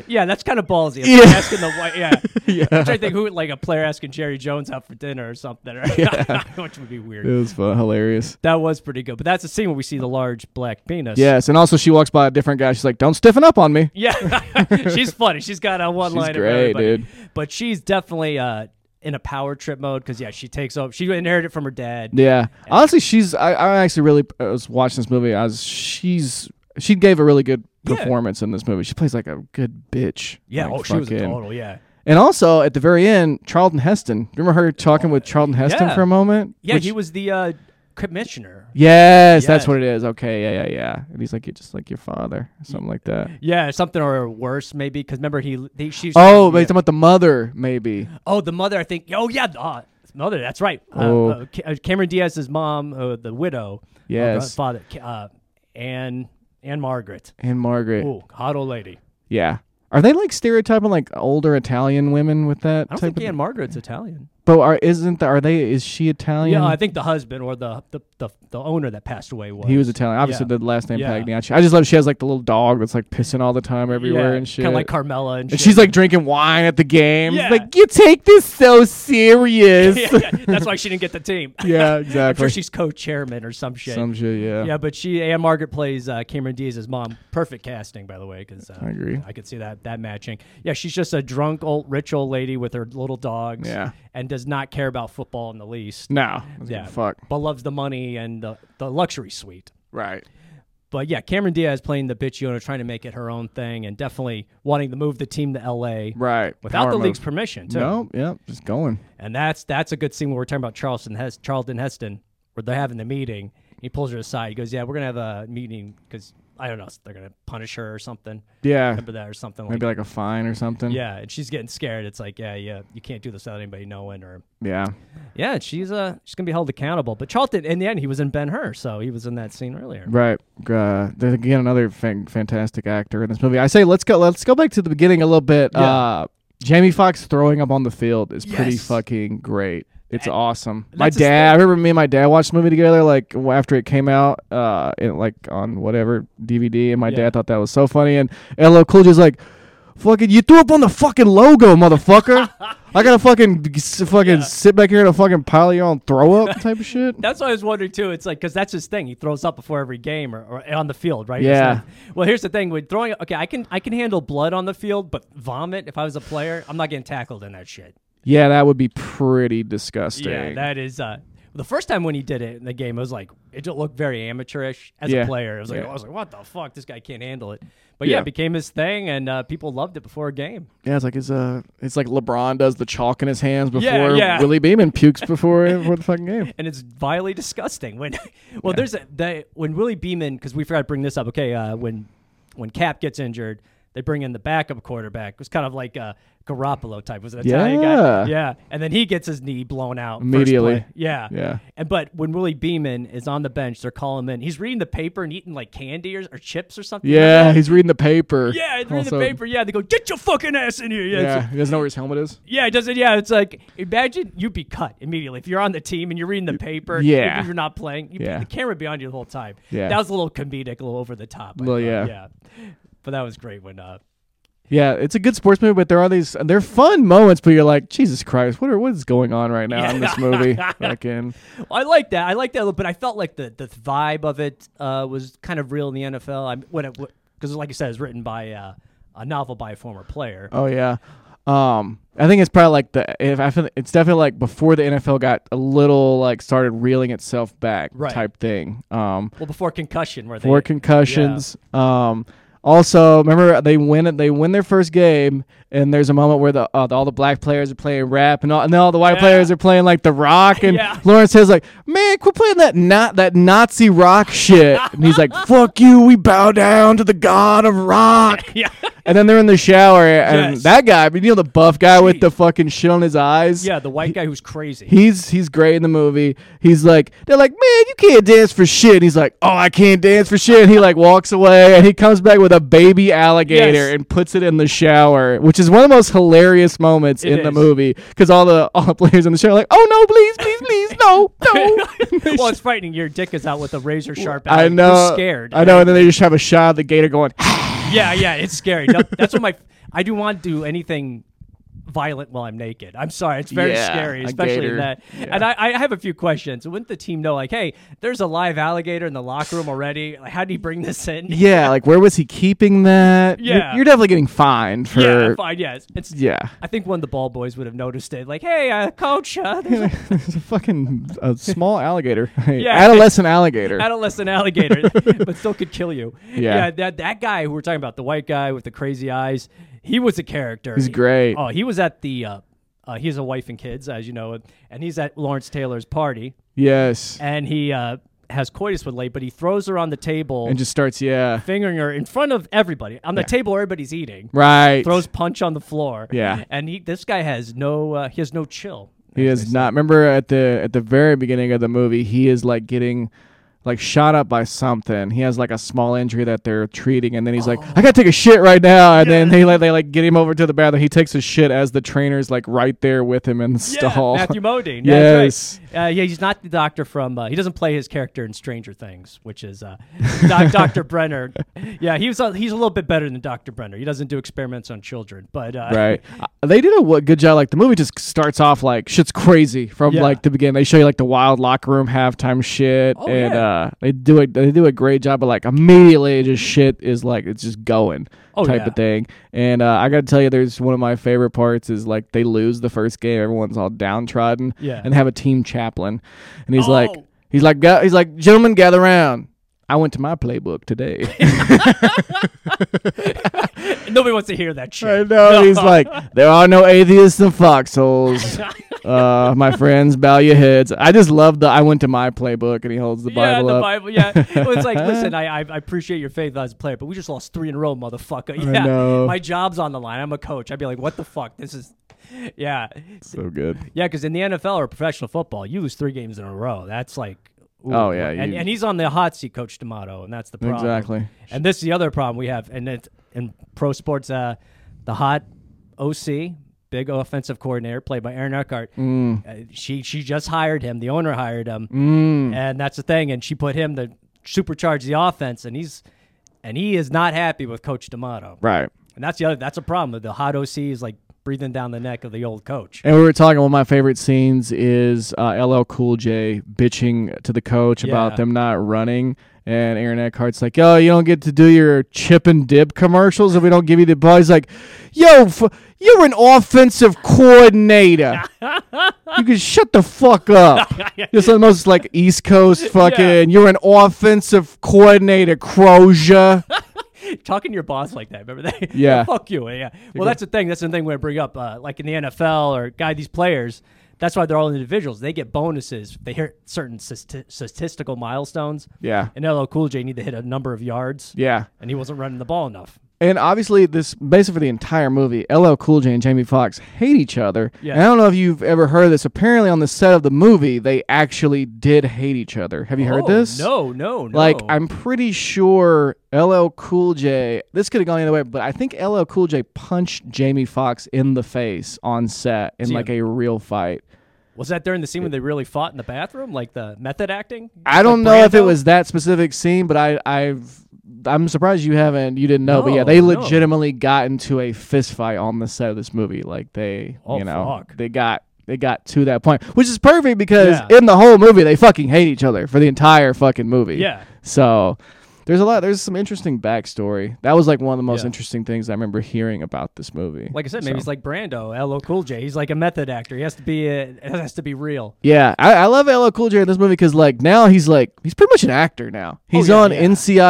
S1: yeah, that's kind of ballsy. It's like
S2: Yeah.
S1: Asking the wi- yeah.
S2: Yeah.
S1: I'm trying to think who like a player asking Jerry Jones out for dinner or something, yeah. which would be weird.
S2: It was fun, hilarious.
S1: That was pretty good. But that's the scene where we see the large black penis.
S2: Yes, and also she walks by a different guy. She's like, "Don't stiffen up on me."
S1: Yeah, she's funny. She's got a one
S2: She's
S1: liner.
S2: great, dude.
S1: But she's definitely uh, in a power trip mode because yeah, she takes over. She inherited it from her dad.
S2: Yeah, honestly, she's. I, I actually really I was watching this movie. I was. She's. She gave a really good
S1: Yeah.
S2: performance in this movie. She plays like a good bitch.
S1: Yeah,
S2: Like,
S1: oh, she was a
S2: fucking-
S1: total. Yeah,
S2: And also at the very end, Charlton Heston. Remember her talking with Charlton Heston
S1: Oh, Yeah.
S2: for a moment?
S1: yeah,
S2: Which-
S1: he was the uh, commissioner.
S2: Yes, that's
S1: Yes.
S2: what it is. Okay, yeah, yeah, yeah. And he's like, you're just like your father, or something like that.
S1: Yeah, something or worse maybe because remember he, he she
S2: Oh, but
S1: yeah.
S2: he's talking about the mother, maybe.
S1: oh the mother I think oh yeah the uh, mother that's right uh,
S2: Oh.
S1: uh, Ca- uh, Cameron Diaz's mom uh, the widow uh,
S2: Yes.
S1: father Ca- uh, and and Margaret
S2: And Margaret.
S1: ooh hot old lady
S2: Yeah. Are they like stereotyping like older Italian women with that
S1: I don't
S2: type
S1: think
S2: of?
S1: Anne Margaret's Italian
S2: But are isn't the, are they? Is she Italian?
S1: Yeah, I think the husband or the the, the, the owner that passed away was.
S2: he was Italian. Obviously,
S1: Yeah.
S2: the last name
S1: Yeah.
S2: Pagniacci. I just love she has like the little dog that's like pissing all the time everywhere and shit.
S1: Kind of like Carmela and,
S2: and
S1: shit.
S2: she's like drinking wine at the game.
S1: Yeah.
S2: Like you take this so serious.
S1: yeah, yeah, that's why she didn't get the team.
S2: yeah,
S1: I'm sure
S2: exactly.
S1: she's co-chairman or some shit.
S2: Some shit. Yeah.
S1: yeah, but she Anne Margaret plays uh, Cameron Diaz's mom. Perfect casting, by the way, because uh,
S2: I agree.
S1: I could see that that matching. Yeah, she's just a drunk old rich old lady with her little dogs.
S2: Yeah. Mm.
S1: and does not care about football in the least.
S2: No. Yeah.
S1: Yeah.
S2: Fuck.
S1: But loves the money and the, the luxury suite.
S2: Right.
S1: But yeah, Cameron Diaz playing the bitch owner, trying to make it her own thing, and definitely wanting to move the team to L.A.
S2: Right.
S1: without
S2: Power
S1: the
S2: move.
S1: league's permission too.
S2: No. Yeah. Just going.
S1: And that's that's a good scene when we're talking about Charleston Hes- Charlton Heston, where they're having the meeting. He pulls her aside. He goes, "Yeah, we're gonna have a meeting because I don't know, they're gonna punish her or something.
S2: Yeah.
S1: Remember that or something like."
S2: Maybe like a fine or something.
S1: Yeah, and she's getting scared. It's like, yeah, yeah, you can't do this without anybody knowing, or
S2: Yeah.
S1: yeah, and she's uh, she's gonna be held accountable. But Charlton, in the end, he was in Ben Hur, so he was in that scene earlier.
S2: Right. Uh, there's again another fan- fantastic actor in this movie. I say let's go. Let's go back to the beginning a little bit.
S1: Yeah.
S2: Uh, Jamie Foxx throwing up on the field is pretty
S1: Yes.
S2: fucking great. It's
S1: And-
S2: awesome. My
S1: that's his
S2: dad. I remember me and my dad watched the movie together. Like w- after it came out, uh, in, like on whatever DVD, and my
S1: Yeah.
S2: dad thought that was so funny. And LL Cool J's like. Fucking, you threw up on the fucking logo, motherfucker! I gotta fucking, s- fucking
S1: Yeah.
S2: sit back here in a fucking pile of your own throw up type of shit.
S1: That's what I was wondering too. It's like because that's his thing. He throws up before every game or, or on the field, right? It's
S2: Yeah.
S1: not- well, here's the thing with throwing. Okay, I can I can handle blood on the field, but vomit. If I was a player, I'm not getting tackled in that shit.
S2: Yeah, that would be pretty disgusting.
S1: Yeah, that is. uh the first time when he did it in the game, it was like it just looked very amateurish as
S2: Yeah.
S1: a player. It was like
S2: Yeah.
S1: I was like, what the fuck? This guy can't handle it. But yeah,
S2: Yeah.
S1: it became his thing, and uh, people loved it before a game.
S2: Yeah, it's like it's uh it's like LeBron does the chalk in his hands before
S1: Yeah, yeah.
S2: Willie Beeman pukes before before the fucking game.
S1: and it's vilely disgusting. When well, there's a they, when Willie Beeman because we forgot to bring this up. Okay, uh, when when Cap gets injured, they bring in the backup quarterback. It was kind of like a Garoppolo type. Was an Italian
S2: Yeah.
S1: guy. Yeah, and then he gets his knee blown out first
S2: Immediately.
S1: play. Yeah.
S2: Yeah.
S1: And but when Willie Beeman is on the bench, they're calling him in. He's reading the paper and eating like candy or, or chips or something. like
S2: Yeah,
S1: that.
S2: he's reading the paper.
S1: Yeah, he's reading
S2: Also-
S1: the paper. Yeah, they go, get your fucking ass in here. Yeah, it's-
S2: Yeah, he doesn't know where his helmet is.
S1: yeah, it doesn't. Yeah, it's like imagine you'd be cut immediately if you're on the team and you're reading the paper.
S2: yeah.
S1: if you're not playing. You'd
S2: Yeah.
S1: be, the camera would be on you the whole time.
S2: Yeah.
S1: that was a little comedic, a little over the top. I
S2: Well,
S1: thought,
S2: yeah.
S1: yeah. But that was great when uh,
S2: Yeah, it's a good sports movie, but there are these they're fun moments, but you're like, Jesus Christ, what are what is going on right now in this movie? Fucking
S1: I like that. I like that, but I felt like the the vibe of it uh, was kind of real in the NFL. I'm when it because like you said, it's written by uh, a novel by a former player.
S2: Oh yeah. Um, I think it's probably like the if I feel it's definitely like before the NFL got a little like started reeling itself back
S1: Right.
S2: type thing. Um,
S1: Well, before concussion, where
S2: four
S1: they
S2: concussions. Um, also remember they win it. They win their first game, and there's a moment where the, uh, all the black players are playing rap, and all and then all the white
S1: Yeah.
S2: players are playing like the rock. And
S1: Yeah.
S2: Lawrence Hill's like, "Man, quit playing that not that Nazi rock shit." and he's like, "Fuck you! We bow down to the god of rock."
S1: yeah,
S2: And then they're in the shower, and
S1: Yes.
S2: that guy, but you know the buff guy with the fucking shit on his eyes.
S1: yeah, the white guy who's crazy.
S2: He's he's great in the movie. He's like they're like, man, you can't dance for shit. And he's like, oh, I can't dance for shit. And he like walks away, and he comes back with a baby alligator
S1: Yes.
S2: and puts it in the shower, which is one of the most hilarious moments
S1: It
S2: in the
S1: is.
S2: movie because all the all the players in the show are like, oh no, please, please, please, no, no.
S1: well, it's frightening. Your dick is out with a razor sharp.
S2: I
S1: Alligator.
S2: know.
S1: You're scared.
S2: I know. And then they just have a shot of the gator going. "Ah,
S1: Yeah, yeah, it's scary. No, that's what my I do want to do anything violent while I'm naked. I'm sorry, it's very
S2: Yeah,
S1: scary,
S2: a
S1: especially
S2: gator.
S1: in that. And I, I have a few questions. Wouldn't the team know, like, hey, there's a live alligator in the locker room already? Like, how do you bring this in?
S2: yeah, like where was he keeping that? You're-
S1: Yeah.
S2: you're, definitely getting fined for.
S1: yeah, fine, yes. It's
S2: yeah.
S1: I think one of the ball boys would have noticed it. Like, hey, uh, coach, uh, there's an
S2: It's a fucking a small alligator, yeah.
S1: Yeah.
S2: adolescent alligator.
S1: adolescent alligator, but still could kill you.
S2: Yeah.
S1: that that guy who we're talking about, the white guy with the crazy eyes, he was a character.
S2: He's great.
S1: Oh, he was at the. Uh, uh, he has a wife and kids, as you know, and he's at Lawrence Taylor's party,
S2: Yes,
S1: and he uh, has coitus with Leigh, but he throws her on the table,
S2: and just starts yeah,
S1: fingering her in front of everybody on the table. where Everybody's eating.
S2: right.
S1: Throws punch on the floor.
S2: Yeah.
S1: and he this guy has no uh, he has no chill.
S2: he is not. Remember at the at the very beginning of the movie, he is like getting like shot up by something. He has like a small injury that they're treating, and then he's like, I gotta take a shit right now. And then they like they like get him over to the bathroom. He takes a shit as the trainer's like right there with him in the
S1: Yeah,
S2: stall.
S1: Matthew Modine. Yeah, that's
S2: Yes.
S1: right. Uh, yeah, he's not the doctor from. Uh, he doesn't play his character in Stranger Things, which is uh, Doc, Dr. Brenner. Yeah, he was. Uh, he's a little bit better than Dr. Brenner. He doesn't do experiments on children, but uh,
S2: right. Uh, They did a wa- good job. Like the movie just starts off like shit's crazy from
S1: Yeah.
S2: like the beginning. They show you like the wild locker room halftime shit,
S1: Oh,
S2: and
S1: yeah.
S2: uh, they do a they do a great job. But like immediately, just shit is like it's just going
S1: Oh,
S2: type
S1: yeah.
S2: of thing. And uh, I got to tell you, there's one of my favorite parts is like they lose the first game, everyone's all downtrodden,
S1: Yeah.
S2: and have a team chaplain, and he's like
S1: Oh.
S2: he's like "Ga- he's like gentlemen gather round. I went to my playbook today.
S1: nobody wants to hear that shit.
S2: I know. and He's like, there are no atheists in foxholes. Uh, my friends, bow your heads. I just love the. I went to my playbook, and he holds the
S1: yeah,
S2: Bible
S1: the
S2: up.
S1: Bible. Yeah, it was like, listen, I, I I appreciate your faith as a player, but we just lost three in a row, motherfucker. Yeah,
S2: know.
S1: my job's on the line. I'm a coach. I'd be like, what the fuck? This is, yeah,
S2: So good.
S1: Yeah, because in the NFL or professional football, you lose three games in a row. That's like, ooh.
S2: Oh, yeah,
S1: and,
S2: you-
S1: and he's on the hot seat, Coach D'Amato, and that's the problem.
S2: Exactly.
S1: And this is the other problem we have, and it's in pro sports, uh, the hot OC, big offensive coordinator, played by Aaron Eckhart.
S2: Mm.
S1: Uh, she she just hired him. The owner hired him,
S2: Mm.
S1: and that's the thing. And she put him to supercharge the offense, and he's and he is not happy with Coach D'Amato.
S2: Right.
S1: And that's the other. That's a problem. The hot OC is like breathing down the neck of the old coach.
S2: And we were talking. One of my favorite scenes is uh, LL Cool J bitching to the coach about
S1: Yeah.
S2: them not running. And Aaron Eckhart's like, "Yo, you don't get to do your chip and dip commercials if we don't give you the ball." He's like, "Yo, f- you're an offensive coordinator. you can shut the fuck up." It's the most like East Coast fucking. You're an offensive coordinator, Crozier.
S1: talking to your boss like that. Remember that?
S2: Yeah.
S1: Fuck you. Yeah. Well, that's the thing. That's the thing we bring up. Uh, like in the NFL or guy, these players. That's why they're all individuals. They get bonuses. They hit certain sati- statistical milestones.
S2: yeah,
S1: And LL Cool J need to hit a number of yards.
S2: yeah.
S1: And he wasn't running the ball enough.
S2: And obviously, this basically for the entire movie, LL Cool J and Jamie Foxx hate each other.
S1: Yeah.
S2: And I don't know if you've ever heard this. Apparently, on the set of the movie, they actually did hate each other. Have you heard
S1: Oh,
S2: this?
S1: No, no, no.
S2: Like, I'm pretty sure LL Cool J. This could have gone either way, but I think LL Cool J punched Jamie Foxx in the face on set in
S1: Damn.
S2: like a real fight.
S1: was that during the scene when they really fought in the bathroom, like the method acting?
S2: I don't
S1: Like
S2: know if it
S1: Brando?
S2: was that specific scene, but I I've I'm surprised you haven't. You didn't know, but yeah,
S1: No,
S2: they
S1: no.
S2: legitimately got into a fist fight on the set of this movie. Like they,
S1: Oh,
S2: you know,
S1: fuck.
S2: they got they got to that point, which is perfect because
S1: Yeah.
S2: in the whole movie they fucking hate each other for the entire fucking movie.
S1: Yeah.
S2: So there's a lot. There's some interesting backstory. That was like one of the most
S1: Yeah.
S2: interesting things I remember hearing about this movie.
S1: Like I said, maybe
S2: So-
S1: he's like Brando, LL Cool J. He's like a method actor. He has to be a, it has to be real.
S2: Yeah, I, I love LL Cool J in this movie because like now he's like he's pretty much an actor now. He's
S1: Oh, yeah,
S2: on
S1: yeah.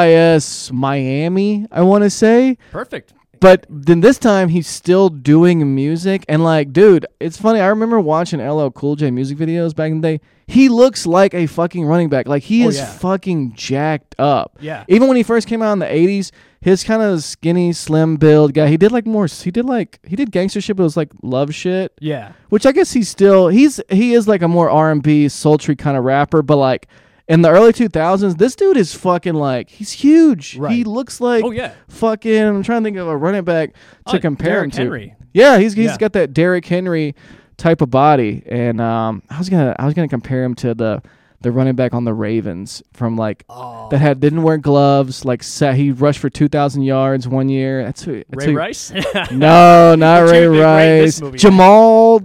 S2: NCIS Miami, I want to say,
S1: Perfect.
S2: but then this time he's still doing music and like, dude, it's funny. I remember watching LL Cool J music videos back in the day. He looks like a fucking running back. Like he
S1: Oh,
S2: is
S1: yeah.
S2: fucking jacked up.
S1: Yeah.
S2: Even when he first came out in the '80s, his kind of skinny, slim build guy. He did like more. He did like he did gangster shit, but it was like love shit
S1: Yeah.
S2: which I guess he's still he's he is like a more R and B sultry kind of rapper, but like in the early two thousands, this dude is fucking like he's huge. He
S1: Right.
S2: looks like
S1: Oh, yeah.
S2: fucking. I'm trying to think of a running back to
S1: Oh,
S2: compare him
S1: Derrick
S2: to.
S1: Henry.
S2: Yeah, he's he's
S1: Yeah.
S2: got that Derrick Henry type of body, and um, I was gonna I was gonna compare him to the. The running back on the Ravens from like
S1: Oh.
S2: that had didn't wear gloves like sa he rushed for two thousand yards one year. That's who. That's
S1: Ray
S2: who-
S1: Rice. Oh,
S2: no, not
S1: What's
S2: Ray
S1: your big Ray in
S2: Rice.
S1: this movie?
S2: Jamal.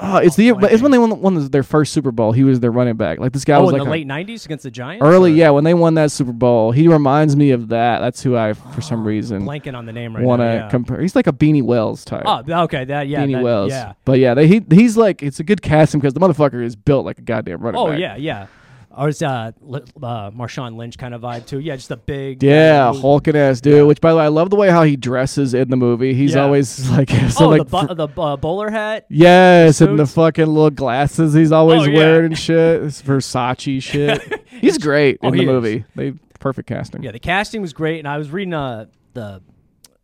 S2: Uh, it's the
S1: Oh, my
S2: it's when they won, won their first Super Bowl. He was their running back. Like this guy
S1: oh,
S2: was
S1: in
S2: like
S1: the
S2: a-
S1: late '90s against the Giants.
S2: early.
S1: Or-
S2: Yeah, when they won that Super Bowl, he reminds me of that. That's who I for some reason
S1: Blanking on the name Oh, right
S2: want to
S1: now. yeah.
S2: compare. He's like a Beanie Wells type.
S1: Oh, okay. That yeah.
S2: Beanie
S1: that-
S2: Wells.
S1: Yeah.
S2: But yeah, they, he he's like it's a good casting because the motherfucker is built like a goddamn running
S1: Oh
S2: back.
S1: yeah, yeah. Or it's uh, Li- uh, Marshawn Lynch kind of vibe too. Yeah, just a big.
S2: Yeah,
S1: whole
S2: hulking ass dude. Which, by the way, I love the way how he dresses in the movie. He's
S1: Yeah.
S2: always like, so
S1: oh,
S2: like
S1: the bu- the uh, bowler hat.
S2: Yes, and the
S1: Suits.
S2: fucking little glasses he's always
S1: Oh, yeah.
S2: wearing and shit. It's Versace shit. he's great
S1: Oh,
S2: in the
S1: he is.
S2: movie. They perfect casting.
S1: Yeah, the casting was great, and I was reading uh, the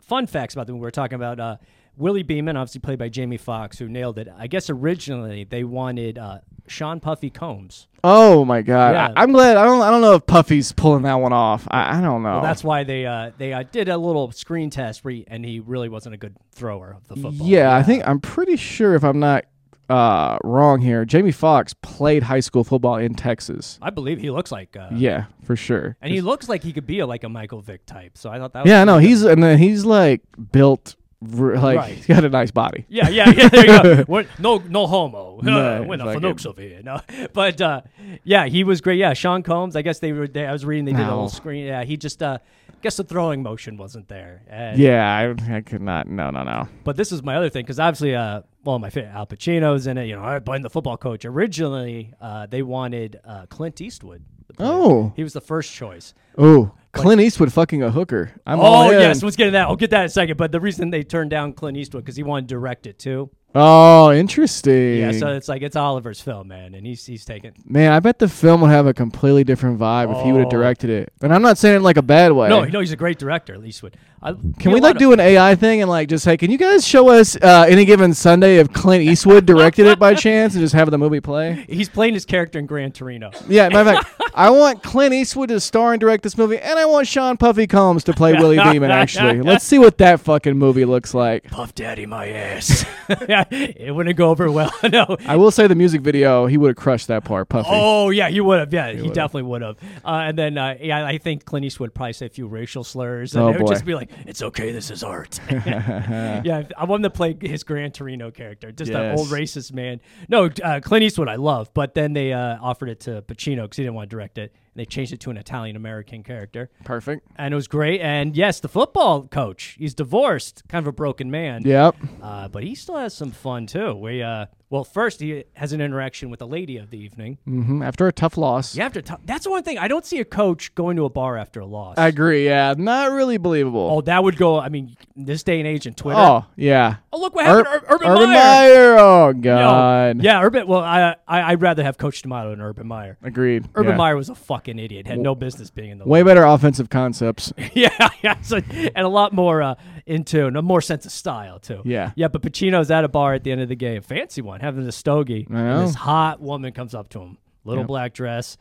S1: fun facts about them. We were talking about uh, Willie Beeman, obviously played by Jamie Foxx, who nailed it. I guess originally they wanted uh, Sean Puffy Combs.
S2: Oh my god.
S1: Yeah.
S2: I, am glad I don't I don't know if Puffy's pulling that one off. I, I don't know.
S1: That's why they uh, they uh, did a little screen test, where he, and he really wasn't a good thrower of the football.
S2: yeah, I think I'm pretty sure if I'm not uh wrong here, Jamie Foxx played high school football in Texas.
S1: I believe he looks like. Uh,
S2: Yeah, for sure.
S1: And he looks like he could be a, like a Michael Vick type. So I thought that. was
S2: Yeah, I know.
S1: pretty good.
S2: He's and then he's like built r- like
S1: Right.
S2: he's got a nice body.
S1: Yeah, yeah, yeah. There you go. We're- no, no homo.
S2: No,
S1: We're the
S2: fucking-
S1: Fanooks over here. No, but uh, yeah, he was great. Yeah, Sean Combs. I guess they were. They, I was reading. They did a
S2: No.
S1: whole screen. Yeah, he just. Uh, guess the throwing motion wasn't there. And,
S2: Yeah, I, I could not. No, no, no.
S1: But this is my other thing because obviously, uh, well, my favorite Al Pacino's in it. You know, I blame the football coach. Originally, uh, they wanted uh, Clint Eastwood. to play it.
S2: Oh.
S1: he was the first choice.
S2: Oh, Clint Eastwood fucking a hooker. I'm all
S1: Oh
S2: in.
S1: yes, let's get to that. I'll get that in a second. But the reason they turned down Clint Eastwood because he wanted to direct it too.
S2: Oh, interesting.
S1: Yeah, so it's like it's Oliver's film, man, and he's he's taking
S2: Man, I bet the film would have a completely different vibe if he would have
S1: Oh.
S2: directed it. And I'm not saying it in like a bad way.
S1: No, no, he's a great director, Eastwood. I,
S2: Can we like do an AI thing and like just hey, can you guys show us uh, any given Sunday if Clint Eastwood directed it by chance and just have the movie play?
S1: He's playing his character in Gran Torino.
S2: Yeah, matter of fact, I want Clint Eastwood to star and direct this movie, and I want Sean Puffy Combs to play Willie Beeman. Actually, let's see what that fucking movie looks like.
S1: Puff Daddy, my ass. yeah, it wouldn't go over well. no.
S2: I will say the music video, he would have crushed that part, Puffy.
S1: Oh yeah, he would have. Yeah, he, definitely would have. Uh, and then uh, yeah, I think Clint Eastwood would probably say a few racial slurs, and
S2: Oh,
S1: it would
S2: boy.
S1: just be like, "It's okay, this is art." yeah, I want him to play his Gran Torino character, just that old
S2: Yes.
S1: racist man. No, uh, Clint Eastwood, I love, but then they uh, offered it to Pacino because he didn't want to direct it, and they changed it to an Italian American character.
S2: Perfect.
S1: and it was great. And yes, the football coach, he's divorced, kind of a broken man.
S2: Yep.
S1: Uh, but he still has some fun too. We uh, well, first he has an interaction with a lady of the evening.
S2: hmm After a tough loss.
S1: You have to. T- that's the one thing I don't see a coach going to a bar after a loss.
S2: I agree. Yeah, not really believable.
S1: oh, that would go. I mean, this day and age in Twitter. Oh,
S2: Oh, yeah.
S1: look what happened,
S2: Ur-
S1: to Ur- Urban, Meyer.
S2: Oh
S1: No.
S2: God.
S1: Yeah, Urban. Well, I, I I'd rather have Coach D'Amato than Urban Meyer.
S2: Agreed.
S1: Urban
S2: yeah.
S1: Meyer was a fucking idiot. Had no business being in the
S2: Way better offensive concepts.
S1: yeah, yeah. So, and a lot more uh, into and a more sense of style too.
S2: Yeah.
S1: yeah. But Pacino's at a bar at the end of the game, fancy one, having a stogie.
S2: I know.
S1: And this hot woman comes up to him, little black dress,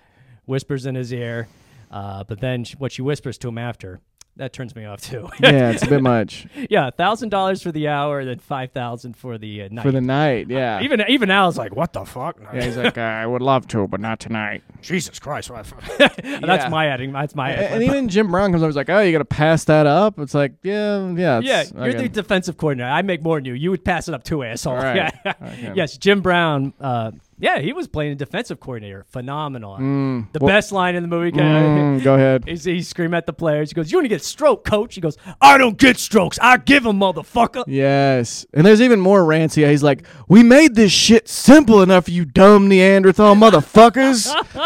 S1: whispers in his ear. Uh, but then she, what she whispers to him after, That turns me off too.
S2: yeah, it's a bit much
S1: yeah, thousand dollars for the hour, then five thousand for the uh, night.
S2: for the night. Yeah.
S1: even even Al's like, what the fuck?
S2: yeah, he's like, I would love to, but not tonight.
S1: Jesus Christ! what the fuck?" That's my adding. That's my.
S2: And, even Jim Brown comes over, he's like, "Oh, you gotta pass that up." It's like, yeah, yeah,
S1: yeah,
S2: it's-
S1: you're the
S2: okay.
S1: defensive coordinator. I make more than you. You would pass it up to asshole.
S2: All right.
S1: Yeah.
S2: Okay.
S1: Yes, Jim Brown. Uh, yeah, he was playing a defensive coordinator. Phenomenal.
S2: Mm,
S1: the
S2: well-
S1: best line in the movie. Can
S2: Mm, go ahead.
S1: He's, he scream at the players. He goes, "You want to get stroke, coach?" He goes, "I don't get strokes. I give 'em, motherfucker."
S2: Yes. And there's even more rants here. He's like, We made this shit simple enough, you dumb Neanderthal motherfuckers.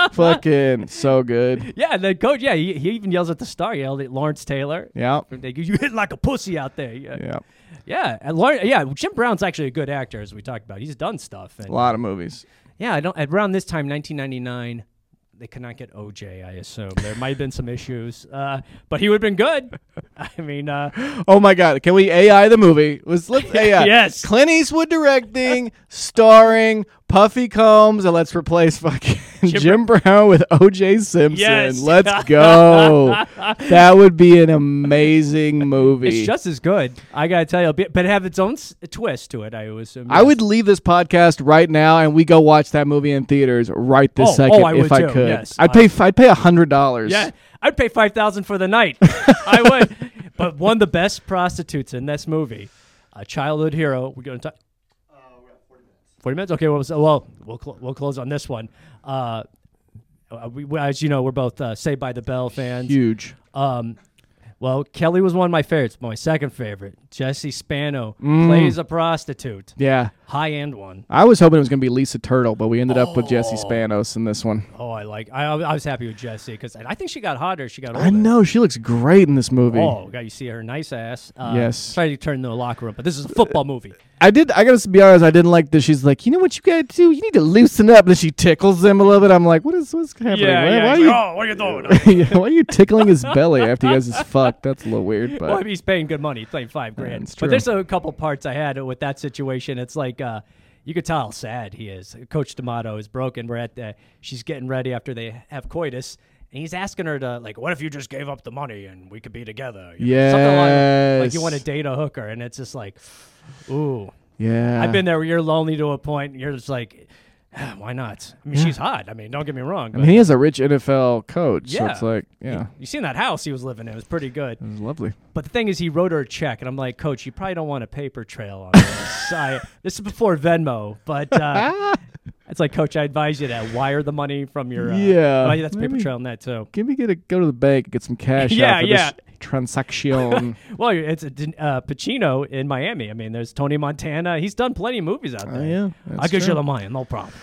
S2: Fucking so good.
S1: Yeah, and then coach. Yeah, he, he even yells at the star. He yelled at Lawrence Taylor.
S2: Yeah.
S1: They go, You hit like a pussy out there. Yeah, yeah.
S2: Yeah.
S1: And Lawrence, yeah, Jim Brown's actually a good actor, as we talked about. He's done stuff. And,
S2: A lot of movies.
S1: Yeah, I don't. Around this time, 1999, they could not get OJ. I assume there might have been some issues, uh, but he would have been good. I mean, uh,
S2: Oh my god. Can we AI the movie? Let's let's AI.
S1: Yes.
S2: Clint Eastwood directing, starring Puffy Combs, and let's replace fucking Jim, Brown with OJ Simpson.
S1: Yes.
S2: Let's go. that would be an amazing movie.
S1: it's just as good. I gotta tell you, but but have its own s- twist to it. I would assume.
S2: I would leave this podcast right now and we go watch that movie in theaters right this
S1: Oh,
S2: second
S1: oh, I
S2: if
S1: would
S2: I
S1: too,
S2: could.
S1: yes.
S2: I'd
S1: I-
S2: pay f- I'd pay a hundred dollars.
S1: Yeah, I'd pay five thousand for the night. I would. But one of the best prostitutes in this movie, a childhood hero. We're going to talk. Forty minutes. Okay. Well, so, well, we'll cl- we'll close on this one. Uh, uh, we, well, as you know, we're both uh, Saved by the Bell fans.
S2: Huge.
S1: Um, well, Kelly was one of my favorites. but My second favorite, Jesse Spano,
S2: Mm.
S1: plays a prostitute,
S2: Yeah.
S1: high end one.
S2: I was hoping it was gonna be Lisa Turtle, but we ended up with Jesse Spanos in this one.
S1: Oh, I like. I, I was happy with Jesse because I think she got hotter. as She got older.
S2: I know she looks great in this movie.
S1: Oh, God, you see her nice ass. Uh,
S2: Yes.
S1: Trying to turn into a locker room, but this is a football movie.
S2: I did. I gotta be honest. I didn't like this. She's like, you know what you gotta do? You need to loosen up. And then she tickles him a little bit. I'm like, what is what's happening? why, why are you?
S1: oh, what are you doing?
S2: Yeah, why are you tickling his belly after you guys is fucked? That's a little weird,
S1: well, I
S2: but
S1: mean, he's paying good money. It's like five grand.
S2: it's
S1: but
S2: true.
S1: there's a couple parts I had with that situation. It's like uh, you could tell how sad he is. Coach D'Amato is broken. We're at the, she's getting ready after they have coitus. And he's asking her to like, what if you just gave up the money and we could be together? You know, something along- like you
S2: Yes.
S1: want to date a hooker, and it's just like, ooh,
S2: yeah,
S1: I've been there. where You're lonely to a point. You're just like, "Ah, why not? I mean, she's hot. I mean, don't get me wrong.
S2: I
S1: But
S2: mean, he is a rich NFL coach, so
S1: Yeah.
S2: it's like, yeah,
S1: you seen that house he was living in? It was pretty good.
S2: it was lovely.
S1: But the thing is, he wrote her a check, and I'm like, Coach, you probably don't want a paper trail on this. I, this is before Venmo, but uh, it's like, Coach, I advise you to wire the money from your. Uh,
S2: Yeah,
S1: well, that's paper
S2: maybe.
S1: trail on that too.
S2: Can we get a go to the bank, get some cash
S1: Yeah,
S2: out for
S1: yeah.
S2: this transaction?
S1: Well, it's a, din- uh, Pacino in Miami. I mean, there's Tony Montana. He's done plenty of movies out there.
S2: Oh, yeah,
S1: I'll
S2: that's
S1: get you
S2: true.
S1: the money, no problem.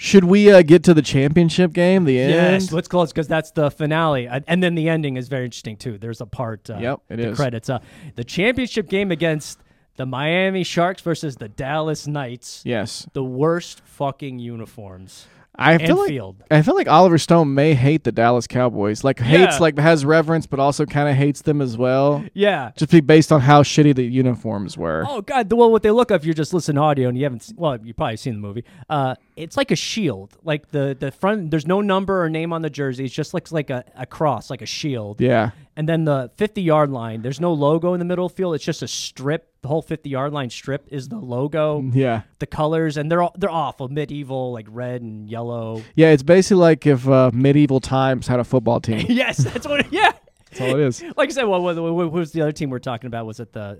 S2: Should we uh, get to the championship game? The end.
S1: Yes, let's close because that's the finale, Uh, and then the ending is very interesting too. There's a part. Uh,
S2: Yep, it
S1: the
S2: is.
S1: Credits. Uh, the championship game against the Miami Sharks versus the Dallas Knights.
S2: Yes.
S1: The worst fucking uniforms.
S2: I feel like
S1: field.
S2: I feel like Oliver Stone may hate the Dallas Cowboys. Like hates,
S1: Yeah.
S2: like has reverence, but also kind of hates them as well.
S1: Yeah.
S2: Just be based on how shitty the uniforms were.
S1: Oh God! the- Well, what they look up, you're just listening to audio, and you haven't. Seen, well, you probably seen the movie. Uh, it's like a shield, like the the front. There's no number or name on the jersey. It just looks like a, a cross, like a shield.
S2: Yeah.
S1: And then the 50 yard line, there's no logo in the middle field. It's just a strip. The whole 50 yard line strip is the logo,
S2: Yeah.
S1: the colors, and they're all, they're awful. Medieval, like red and yellow.
S2: Yeah. It's basically like if uh, medieval times had a football team.
S1: yes, that's what. Yeah.
S2: That's all it is.
S1: Like I said, well, what, what, what was the other team we're talking about? Was it the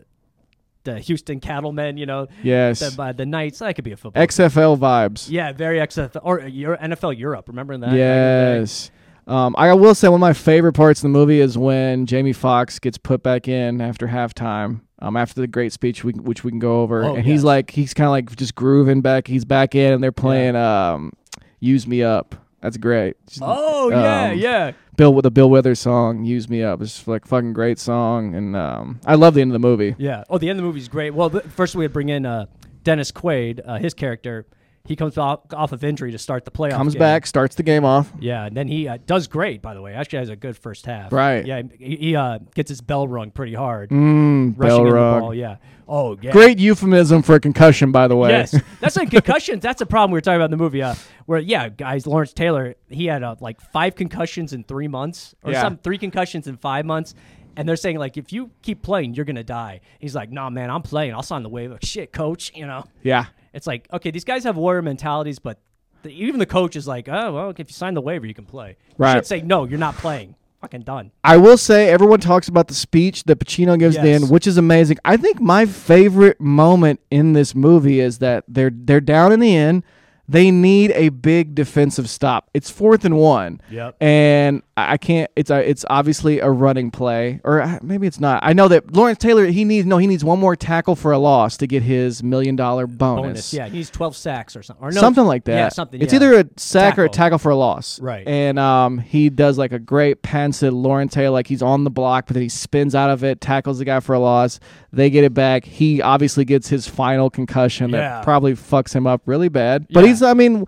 S1: the Houston Cattlemen? You know,
S2: Yes.
S1: the, uh, the Knights. That could be a football.
S2: XFL vibes.
S1: yeah, very XFL or uh, Euro- NFL Europe. Remember that? back in the day?
S2: Yes. Um, I will say one of my favorite parts in the movie is when Jamie Foxx gets put back in after halftime. Um, after the great speech, we, which we can go over,
S1: Oh,
S2: and he's
S1: yes.
S2: like, he's kind of like just grooving back. He's back in, and they're playing um, "Use Me Up." That's great. Just,
S1: Oh yeah,
S2: um,
S1: yeah.
S2: Bill with the Bill Withers song "Use Me Up" It's like fucking great song, and um, I love the end of the movie.
S1: Yeah. Oh, the end of the movie's great. Well, th- first we would bring in uh, Dennis Quaid, uh, his character. He comes off, off of injury to start the playoffs.
S2: Comes
S1: game.
S2: back, starts the game off.
S1: Yeah, and then he uh, does great. By the way, actually has a good first half.
S2: Right.
S1: Yeah, he, he uh, gets his bell rung pretty hard,
S2: Mm,
S1: rushing
S2: bell
S1: in
S2: rung.
S1: the ball. Yeah. Oh, yeah.
S2: Great euphemism for concussion, by the way.
S1: Yes, that's like concussions. That's a problem we were talking about in the movie. Uh, where yeah, guys, Lawrence Taylor, he had uh, like five concussions in three months, or
S2: Yeah.
S1: some three concussions in five months, and they're saying like, if you keep playing, you're gonna die. He's like, Nah, man, I'm playing. I'll sign the waiver. Shit, coach. You know,
S2: Yeah.
S1: it's like okay, these guys have warrior mentalities, but the, even the coach is like, Oh well, if you sign the waiver, you can play. You
S2: Right.
S1: should say no, you're not playing. Fucking done.
S2: I will say everyone talks about the speech that Pacino gives at the
S1: Yes.
S2: end, which is amazing. I think my favorite moment in this movie is that they're they're down in the end. They need a big defensive stop. It's fourth and one.
S1: Yep.
S2: And I I can't. It's a, it's obviously a running play, or uh, maybe it's not. I know that Lawrence Taylor. He needs no. He needs one more tackle for a loss to get his million dollar bonus.
S1: Bonus. Yeah, he needs 12 sacks or something. Or no,
S2: something like that.
S1: Yeah, something.
S2: It's
S1: yeah.
S2: either a sack or a
S1: Tackle.
S2: tackle for a loss.
S1: Right.
S2: And um, he does like a great pass to Lawrence Taylor, like he's on the block, but then he spins out of it, tackles the guy for a loss. They get it back. He obviously gets his final concussion
S1: Yeah.
S2: that probably fucks him up really bad. But
S1: Yeah.
S2: he's, I mean,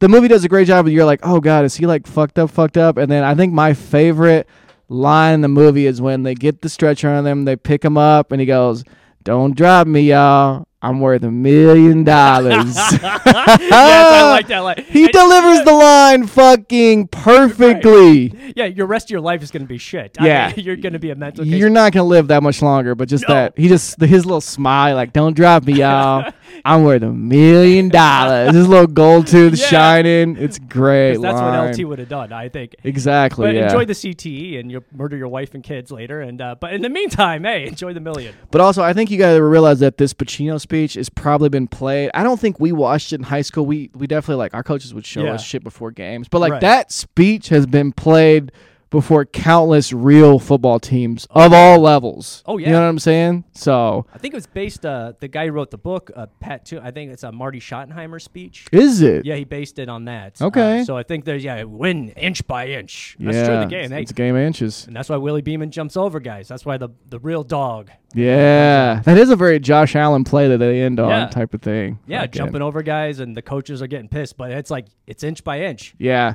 S2: the movie does a great job. But you're like, oh god, is he like fucked up, fucked up? And then I think my favorite line in the movie is when they get the stretcher on them, they pick him up, and he goes, "Don't drop me, y'all." I'm worth a million dollars.
S1: yes, I like that. Like
S2: Ah! He delivers the line fucking perfectly.
S1: Yeah, your rest of your life is going to be shit. I
S2: Yeah.
S1: mean, you're going to be a mental. Case.
S2: You're not gonna live that much longer, but just
S1: No.
S2: that he just his little smile, like "Don't drop me, y'all. I'm worth a million dollars." His little gold tooth
S1: Yeah.
S2: shining. It's great.
S1: 'Cause that's
S2: line.
S1: what LT would have done, I think.
S2: Exactly.
S1: But
S2: yeah.
S1: enjoy the CTE, and you'll murder your wife and kids later. And uh, but in the meantime, hey, enjoy the million.
S2: But also, I think you got to realize that this Pacino speech has probably been played. I don't think we watched it in high school. We we definitely like our coaches would show
S1: Yeah.
S2: us shit before games, but like
S1: Right.
S2: that speech has been played before countless real football teams of all levels.
S1: Oh,
S2: you
S1: yeah.
S2: know what I'm saying? So
S1: I think it was based. Uh, the guy who wrote the book, uh, Pat. Too. I think it's a Marty Schottenheimer speech.
S2: is it?
S1: Yeah, he based it on that.
S2: Okay.
S1: Uh, so I think there's yeah, win inch by inch. That's
S2: Yeah,
S1: true. The game.
S2: It's,
S1: Hey.
S2: it's game of inches.
S1: And that's why Willie Beeman jumps over guys. That's why the the real dog.
S2: Yeah, that is a very Josh Allen play that they end on
S1: Yeah.
S2: type of thing.
S1: Yeah,
S2: Like, uh,
S1: jumping over guys, and the coaches are getting pissed. But it's like it's inch by inch.
S2: Yeah.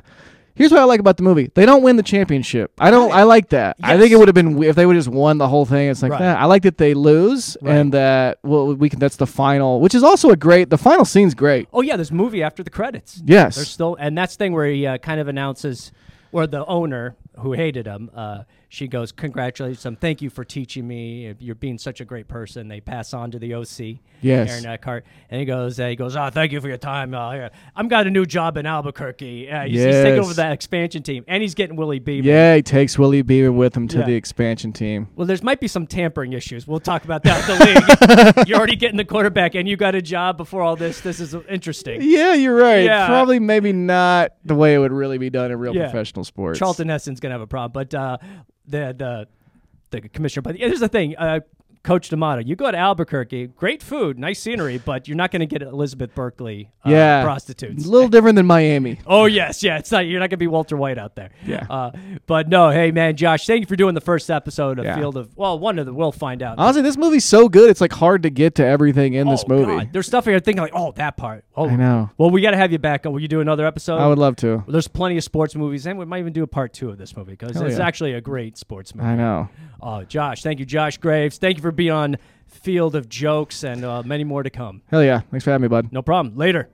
S2: Here's what I like about the movie. They don't win the championship. I don't. I like that. I think it
S1: Yes.
S2: would have been we- if they would have just won the whole thing. It's like
S1: Right.
S2: that. I like that they lose and that well we can. That's the final, which is also a great. The final scene's great.
S1: Oh yeah, this movie after the credits.
S2: Yes.
S1: There's still, and that's the thing where he uh, kind of announces, or the owner who hated him, uh, she goes, "Congratulations, him. Thank you for teaching me. You're being such a great person." They pass on to the OC,
S2: Yes.
S1: Aaron Eckhart, and he goes, uh, "He goes, oh, thank you for your time. Uh, here. I'm got a new job in Albuquerque. Uh, he's, he's taking
S2: Yes.
S1: over that expansion team, and he's getting Willie Beeman.
S2: Yeah, he takes Willie Beeman with him to
S1: Yeah.
S2: the expansion team.
S1: Well, there's might be some tampering issues. We'll talk about that at the league. You're already getting the quarterback, and you got a job before all this. This is interesting.
S2: Yeah, you're right.
S1: Yeah.
S2: Probably maybe not the way it would really be done in real
S1: Yeah.
S2: professional sports.
S1: Charlton Heston's gonna have a problem, but uh, the the the commissioner. But here's the thing, uh, Coach D'Amato, you go to Albuquerque, great food, nice scenery, but you're not gonna get Elizabeth Berkeley uh,
S2: yeah,
S1: prostitutes.
S2: A little different than Miami.
S1: Oh yes, yeah. It's not you're not gonna be Walter White out there.
S2: Yeah.
S1: Uh, but no, hey man, Josh, thank you for doing the first episode of
S2: Yeah.
S1: Field of Well, one of the we'll find out.
S2: Honestly, this movie's so good. It's like hard to get to everything in this
S1: Oh,
S2: movie.
S1: God. There's stuff here thinking like, oh, that part. Oh,
S2: I know.
S1: Well, we got to have you back. Will you do another episode?
S2: I would love to.
S1: There's plenty of sports movies, and we might even do a part two of this movie because
S2: Hell
S1: it's
S2: yeah.
S1: actually a great sports movie.
S2: I know.
S1: Oh, Josh, thank you, Josh Graves. Thank you for being on Field of Jokes and uh, many more to come.
S2: Hell yeah! Thanks for having me, bud.
S1: No problem. Later.